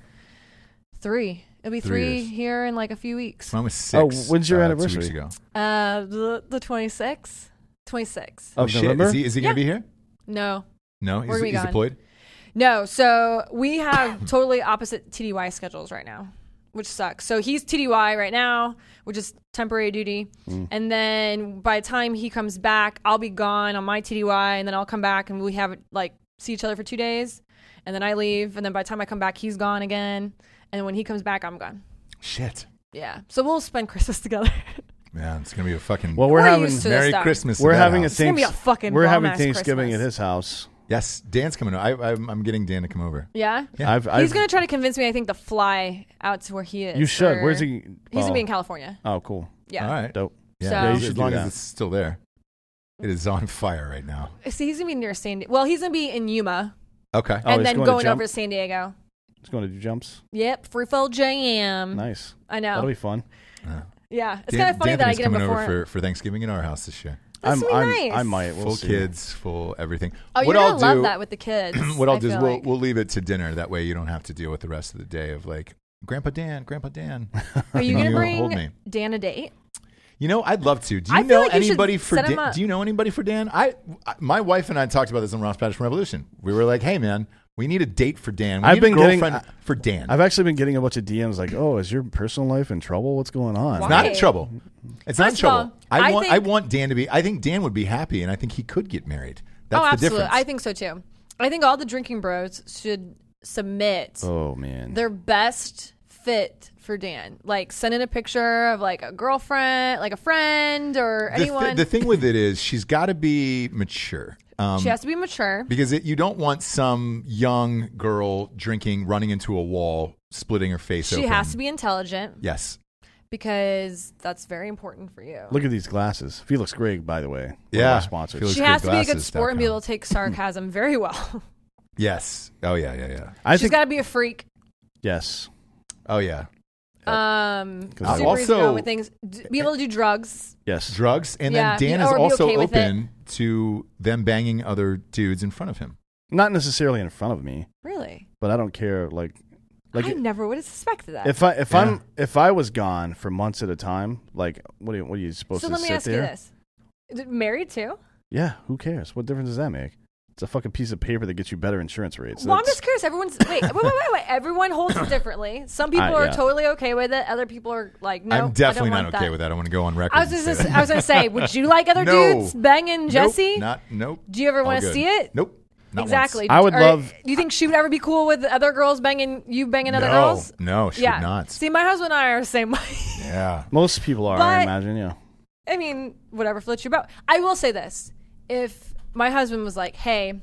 Three. It'll be Three three, years. here in like a few weeks. Mine was six. Oh, when's your uh, Two anniversary? weeks ago. Uh, the the 26th. 26. Oh, Of shit. November? Is he, is he going to Yeah. be here? No. No, Where he's, are we he's going? deployed. No, so we have totally opposite TDY schedules right now, which sucks. So he's TDY right now, which is temporary duty. Mm. And then by the time he comes back, I'll be gone on my TDY and then I'll come back and we have like see each other for 2 days and then I leave and then by the time I come back, he's gone again. And when he comes back, I'm gone. Shit, Yeah. So we'll spend Christmas together. man, it's gonna be a fucking Well, we're, We're having used to this Merry stuff. Christmas. to we're that having house. a It's gonna thanks, be a fucking we're having bomb-ass Thanksgiving Christmas. at his house. yes. Dan's coming. over. I, I'm, I'm getting Dan to come over. yeah. Yeah. I've, I've, He's gonna try to convince me. I think to fly out to where he is. You should. or- Where's he? He's well, gonna be in California. Oh, cool. Yeah. All right. Dope. Yeah, So- Yeah, you as- should as do long as that. it's still there, it is on fire right now. See, he's gonna be near San. Di- well, he's gonna be in Yuma Okay. Oh, he's and then going going, to jump? over to San Diego. He's going to do jumps. Yep, free fall jam. Nice. I know. That'll be fun. yeah, it's Dan- kind of funny that I D'Anthony's get him coming before. over for, for Thanksgiving in our house this year. That's I'm, gonna be I'm- nice. I might. We'll full see. kids, full everything. Oh, what you're gonna I'll love do, that with the kids. what I'll I do is feel we'll like. we'll leave it to dinner. That way, you don't have to deal with the rest of the day of like Grandpa Dan, Grandpa Dan. Are you you gonna will bring hold me. Dan a date? You know, I'd love to. Do you I feel know like you should anybody for set him Dan? up. Do you know anybody for Dan? I, I- my wife and I talked about this on Ross Patterson Revolution. We were like, hey man, we need a date for Dan. We I've need been a getting- girlfriend for Dan. I've actually been getting a bunch of DMs like, "Oh, is your personal life in trouble? What's going on?" Why? not in trouble. It's not in First of all, trouble. I, I want I think- want Dan to be. I think Dan would be happy, and I think he could get married. That's oh, the absolutely. difference. I think so too. I think all the drinking bros should submit Oh man. their best fit for Dan. Like send in a picture of like a girlfriend, like a friend or the, thi- anyone. the thing with it is she's got to be mature. Um, she has to be mature. because it, you don't want some young girl drinking, running into a wall, splitting her face She open. has to be intelligent Yes. because that's very important for you. Look at these glasses. Felix Gregg, by the way. one of Yeah. our sponsors. Felix- she has to be a good glasses.com. sport and be able to take sarcasm very well. Yes. Oh yeah. Yeah. Yeah. I She's think got to be a freak. yes. Oh yeah. Um, super I've easy also- to go with things. D- be able to do drugs. Yes. Drugs, and Yeah, then Dan or is be also okay with it. open to them banging other dudes in front of him. Not necessarily in front of me, Really, but I don't care like like I never would have suspected that. if I if Yeah. I'm if I was gone for months at a time, like what are you, what are you supposed so to let me sit ask there? you this: D- married too? Yeah, who cares? What difference does that make? It's a fucking piece of paper that gets you better insurance rates. Well, I'm That's- just curious. Everyone's wait, wait, wait, wait, wait. Everyone holds it differently. Some people yeah. are totally okay with it. Other people are like, no, I'm definitely I don't not want okay that. with that. I want to go on record. I was and just, say that. I was gonna say, would you like other No. dudes banging Jesse? Nope, not nope. Do you ever All wanna good. see it? Nope. not once. exactly. I would Or love- You think she would ever be cool with other girls banging you banging other No. girls? No, she would yeah. not. See, my husband and I are the same way. Yeah. Most people are, I But- imagine. Yeah. I mean, whatever floats your boat. I will say this: if my husband was like, "Hey,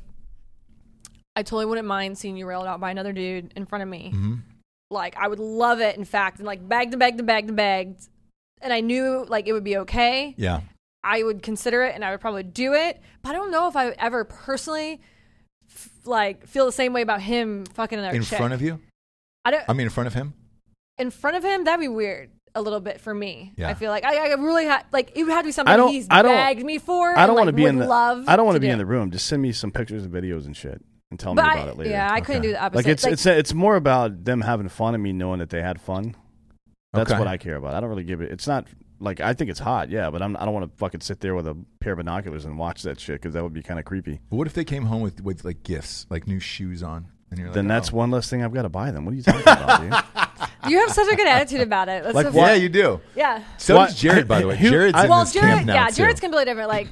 I totally wouldn't mind seeing you railed out by another dude in front of me," Mm-hmm. like I would love it. In fact, and like bagged and bagged and bagged and bagged, and I knew like it would be okay. Yeah. I would consider it, and I would probably do it. But I don't know if I would ever personally. f- Like feel the same way about him fucking another In chick. front of you? I don't I mean, in front of him? in front of him that'd be weird a little bit for me. Yeah. I feel like I, I really had like it would have to be something I don't- he's I don't- bagged me for. I don't want to be in the. love. I don't want to be do. in the room. Just send me some pictures and videos and shit, and tell But me I- about it later. yeah, I couldn't Okay. do the opposite. like it's it's it's more about them having fun and me knowing that they had fun. That's Okay. what I care about. I don't really give it. It's not like I think it's hot, yeah, but I'm, I don't want to fucking sit there with a pair of binoculars and watch that shit because that would be kind of creepy. But what if they came home with, with like gifts, like new shoes on? And you're like, then that's oh. one less thing I've got to buy them. What are you talking about, dude? you have such a good attitude about it. That's Like so what? Yeah, funny. you do. Yeah. So What- does Jared, by the way. Who- Jared's I- in Well, Well, this camp Jared, now, yeah, too. Jared's completely different. Like,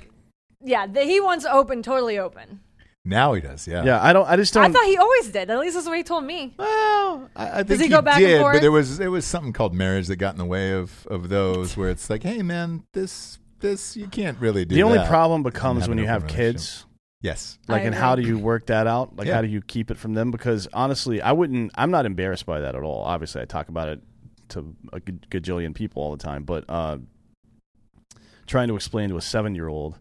yeah, the, he wants open, totally open. now he does, yeah. yeah, I don't. I just I don't. thought he always did. At least that's what he told me. Well, I, I think he go back and did, but forth? there was there was something called marriage that got in the way of of those where it's like, hey man, this this you can't really do. the only that. problem becomes Have when an you open have relationship. kids. Yes. like I and agree. how do you work that out like Yeah. how do you keep it from them because honestly i wouldn't i'm not embarrassed by that at all obviously i talk about it to a g- gajillion people all the time but uh trying to explain to a seven year old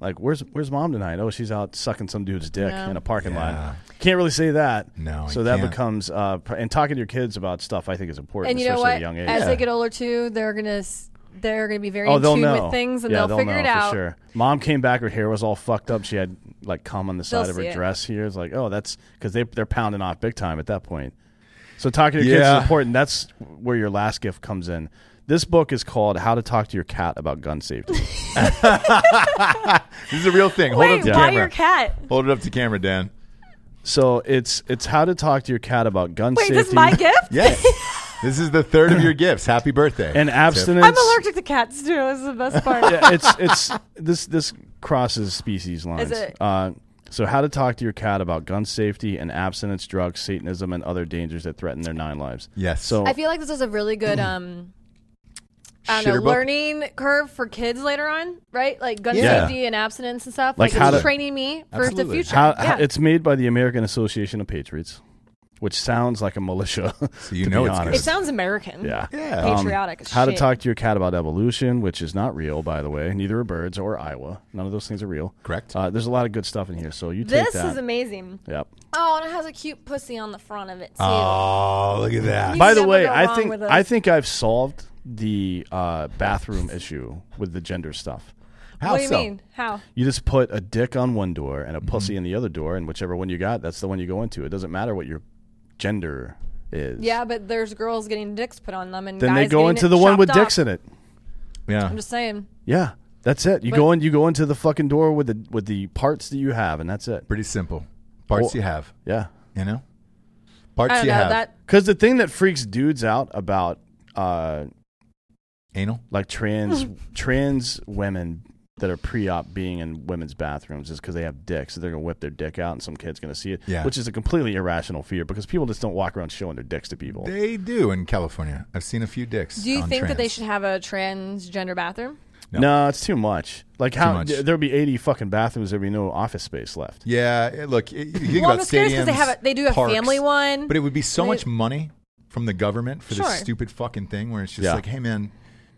like where's where's mom tonight oh she's out sucking some dude's dick Yeah. in a parking Yeah. lot can't really say that No, so you that can't. becomes uh pr- and talking to your kids about stuff i think is important And you know especially at what? a young age As they get older too, they're gonna s- they're gonna be very Oh, in they'll tune know with things, and yeah, they'll, figure know it for out. Sure. Mom came back; her hair was all fucked up. She had like cum on the side They'll of her see it. dress. Here, it's like, oh, that's because they they're pounding off big time at that point. So talking to your Yeah. kids is important. That's where your last gift comes in. This book is called "How to Talk to Your Cat About Gun Safety." This is a real thing. Hold it Wait, up to why camera. your cat? Hold it up to camera, Dan. so it's it's how to talk to your cat about gun Wait, safety this is my gift. Yes. this is the third of your gifts. Happy birthday. and abstinence. I'm allergic to cats too. This is the best part. yeah, it's it's this this crosses species lines. it? Uh, so how to talk to your cat about gun safety and abstinence, drugs, Satanism, and other dangers that threaten their nine lives. Yes. So I feel like this is a really good Mm. um I Shitter don't know, book. learning curve for kids later on, right? Like gun Yeah. safety and abstinence and stuff. Like Like, how it's to- training me for the Absolutely. future. how, yeah. how- it's made by the American Association of Patriots, which sounds like a militia. So you to know be it's good. honest. it sounds American. yeah. Yeah. Um, Patriotic as how to shit. talk to your cat about evolution, which is not real, by the way. Neither are birds or Iowa. None of those things are real. Correct. Uh, there's a lot of good stuff in here, so you take This that. is amazing. yep. Oh, and it has a cute pussy on the front of it too. oh, look at that. You By the never way, go I wrong think with us. I think I've solved the uh, bathroom issue with the gender stuff. How what do you so? mean? How? You just put a dick on one door and a pussy in the other door, and whichever one you got, that's the one you go into. It doesn't matter what your gender is. Yeah, but there's girls getting dicks put on them and Then guys they go getting into it the one with chopped off. dicks in it. Yeah. I'm just saying. Yeah, that's it. You But- go in. You go into the fucking door with the with the parts that you have, and that's it. Pretty simple. Parts Well- you have, Yeah, you know? Parts I don't you know have. that because the thing that freaks dudes out about uh Anal? like trans trans women that are pre-op being in women's bathrooms is because they have dicks, so they're gonna whip their dick out, and some kid's gonna see it. Yeah. which is a completely irrational fear because people just don't walk around showing their dicks to people. They do in California. I've seen a few dicks. do you on think that they trans. should have a transgender bathroom? no. it's too much. Like how much. th- there'll be eighty fucking bathrooms, there'll be no office space left. Yeah, it- look, it- you think Well, I'm about just curious stadiums. 'cause they have a- they do have parks, family one. but it would be so They- much money from the government for Sure. this stupid fucking thing where it's just Yeah. like, hey man,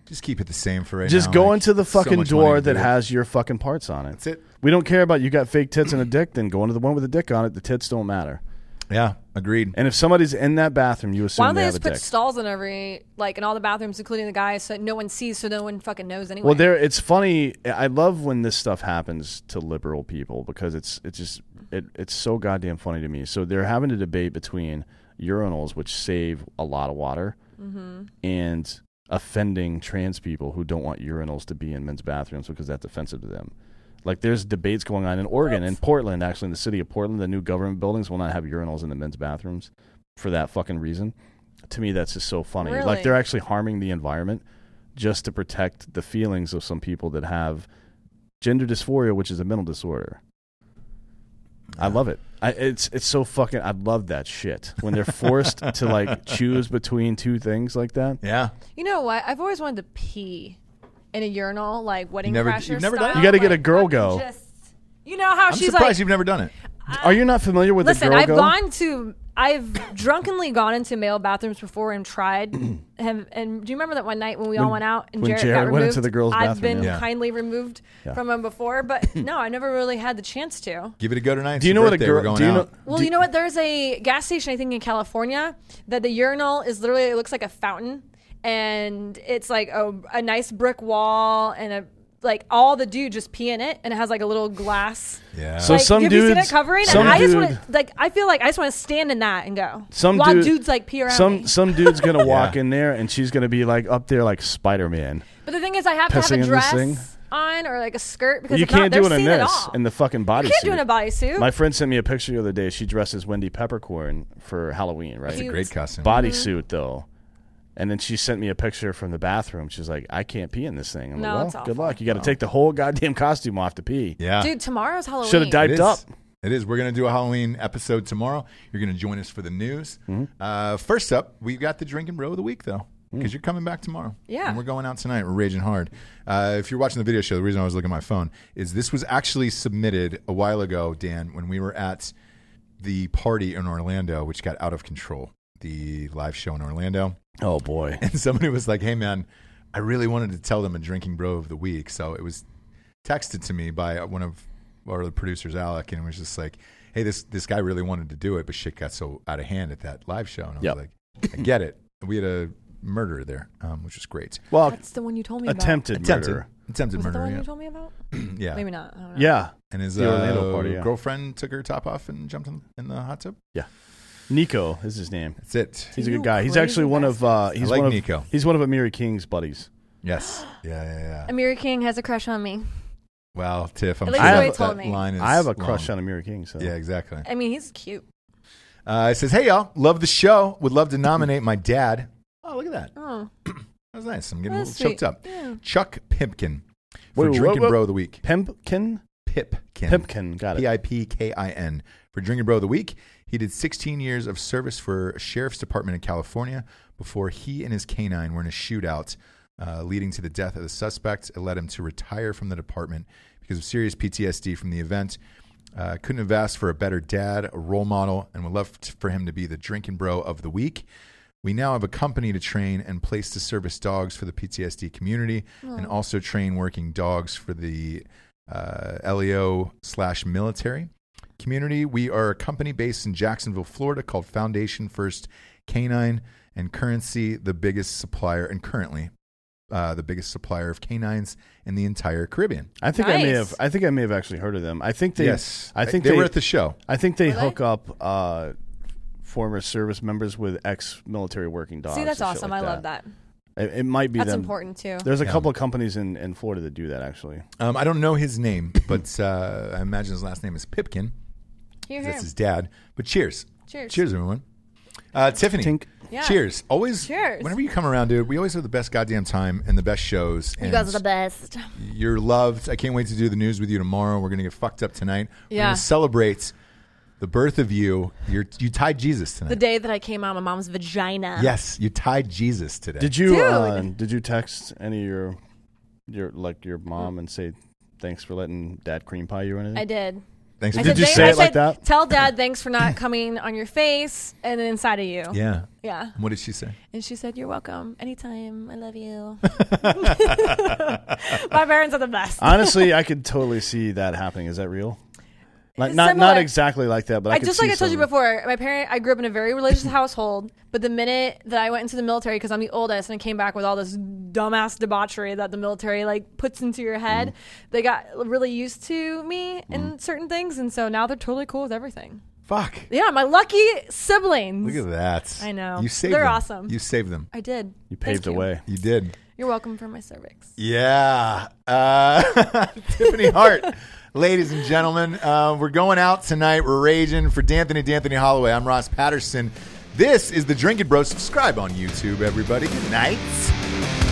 just keep it the same for right Just now. go Like, into the so fucking much money door to do that it. has your fucking parts on it. That's it. We don't care about you got fake tits and a dick, then go into the one with a dick on it. The tits don't matter. Yeah, agreed. And if somebody's in that bathroom, you assume Why don't they they have a just put dick. stalls in every like in all the bathrooms, including the guys, so no one sees, so no one fucking knows anyway. well, there it's funny. I love when this stuff happens to liberal people because it's it's just it, it's so goddamn funny to me. So they're having a debate between urinals, which save a lot of water, and offending trans people who don't want urinals to be in men's bathrooms because that's offensive to them. Like there's debates going on in Oregon, in Portland, actually in the city of Portland, the new government buildings will not have urinals in the men's bathrooms for that fucking reason. To me, that's just so funny. Really? Like they're actually harming the environment just to protect the feelings of some people that have gender dysphoria, which is a mental disorder. I love it. I, it's it's so fucking. I love that shit when they're forced to like choose between two things like that. Yeah. You know what? I've always wanted to pee in a urinal, like wedding never- crasher you've never done it? style, You gotta get like, a girl fucking go. Just, you know how I'm she's surprised like. you've never done it. Are you not familiar with Listen, the girl I've go? gone to, I've drunkenly gone into male bathrooms before and tried. have, and do you remember that one night when we all When- went out and when Jared, Jared got went removed? into the girls' I've bathroom, been yeah. Yeah. kindly removed Yeah. from them before, but no, I never really had the chance to. Give it a go tonight. Do you know what a birthday. We're girl? going Do you know? out. Well, you know what? There's a gas station I think in California that the urinal is literally it looks like a fountain, and it's like a, a nice brick wall and a like all the dude just pee in it, and it has like a little glass. Yeah. So like, some have you seen dudes- it covering? some and I just dude- want to like I feel like I just want to stand in that and go. Some while dude- dudes like pee around some me. some dude's gonna walk Yeah. in there and she's gonna be like up there like Spider Man. But the thing is, I have to have pissing in a this thing? dress on or like a skirt because You if not, can't they're do it in seeing this all. in the fucking bodysuit. you can't do it in a bodysuit. My friend sent me a picture the other day. She dressed as Wendy Peppercorn for Halloween, right? Cute. Great costume. Mm-hmm. Bodysuit though. And then she sent me a picture from the bathroom. She's like, "I can't pee in this thing." I'm No, like, it's well, awful. good luck. You got to take the whole goddamn costume off to pee. Yeah. Dude, tomorrow's Halloween. Should have It dived is. up. It is. We're going to do a Halloween episode tomorrow. You're going to join us for the news. Mm-hmm. Uh, first up, we've got the drinking bro of the week, though, Mm. because you're coming back tomorrow. Yeah. And we're going out tonight. We're raging hard. Uh, if you're watching the video show, the reason I was looking at my phone is this was actually submitted a while ago, Dan, when we were at the party in Orlando, which got out of control, the live show in Orlando. Oh boy. And somebody was like, hey, man, I really wanted to tell them a drinking bro of the week. So it was texted to me by one of our other producers, Alec, and was just like, hey, this, this guy really wanted to do it, but shit got so out of hand at that live show. And I was Yep. like, I get it. We had a murderer there, um, which was great. Well, That's the one you told me attempted, Attempted, murder. attempted about. Was it the murder, one yeah. you told me about? yeah. Maybe not. I don't know. Yeah. And his The uh, Orlando party, yeah. girlfriend took her top off and jumped in, in the hot tub. Nico is his name. That's it. He's a You good guy. He's crazy actually one of uh, he's like one of Nico. he's one of Amiri King's buddies. Yes. Yeah, yeah, yeah. Amiri King has a crush on me. Well, Tiff, I'm At sure least that's that, what he that told me. line is I have a crush long. on Amiri King. So Yeah, exactly. I mean, he's cute. Uh, it says, "Hey y'all, love the show. Would love to nominate my dad." Oh, look at that. Oh, That was nice. I'm getting a That's little choked sweet. up. Yeah. Chuck Pimpkin for Wait, wait, drinking wait, bro wait. of the week. Pimpkin, Pipkin. Pimpkin, got it. P i p k i n for drinking bro of the week. He did 16 years of service for a sheriff's department in California before he and his canine were in a shootout, uh, leading to the death of the suspect. It led him to retire from the department because of serious PTSD from the event. Uh, couldn't have asked for a better dad, a role model, and would love t- for him to be the drinking bro of the week. We now have a company to train and place to service dogs for the PTSD community and also train working dogs for the uh, LEO slash military community. We are a company based in Jacksonville, Florida called Foundation First Canine and Currency, the biggest supplier, and currently uh, the biggest supplier of canines in the entire Caribbean. I think I may Nice. have. I think I may have actually heard of them. I think they. yes. I think they, they, were at the show. I think they Were they? hook up uh, former service members with ex-military working dogs. see, that's and shit awesome. like I love that. It, it might be That's them. important too. There's a Yeah. couple of companies in, in Florida that do that actually. Um, I don't know his name, but uh, I imagine his last name is Pipkin. Here, here. That's his dad. But cheers. Cheers. Cheers, everyone. Uh, Tiffany. Tink. Yeah. Cheers. Always. Cheers. Whenever you come around, dude, we always have the best goddamn time and the best shows. And You guys are the best. You're loved. I can't wait to do the news with you tomorrow. We're going to get fucked up tonight. We're Yeah. going to celebrate the birth of you. You're, you tied Jesus The tonight. day that I came out of my mom's vagina. yes, you tied Jesus today. Did you Dude. uh, did you text any of your your like your Mm. mom and say thanks for letting dad cream pie you or anything? I did. Thanks I for said, Did you "Thank- say I it like said, that? Tell dad thanks for not coming on your face and inside of you. Yeah. Yeah. What did she say? And she said, You're welcome. Anytime. I love you. my parents are the best. Honestly, I could totally see that happening. Is that real? Like not not Similar. exactly like that, but I, I could just see like I told you some- before, my parent I grew up in a very religious household, but the minute that I went into the military because I'm the oldest and I came back with all this dumbass debauchery that the military like puts into your head, Mm-hmm. they got really used to me and certain things and so now they're totally cool with everything. Fuck. Yeah, my lucky siblings. Look at that. I know. You saved They're them. awesome. You saved them. I did. You paved Thank the way. You did. You're welcome for my cervix. Yeah. Uh, Tiffany Hart, ladies and gentlemen, uh, we're going out tonight. We're raging for D'Anthony, D'Anthony Holloway. I'm Ross Patterson. This is the Drinking Bro. Subscribe on YouTube, everybody. Good night.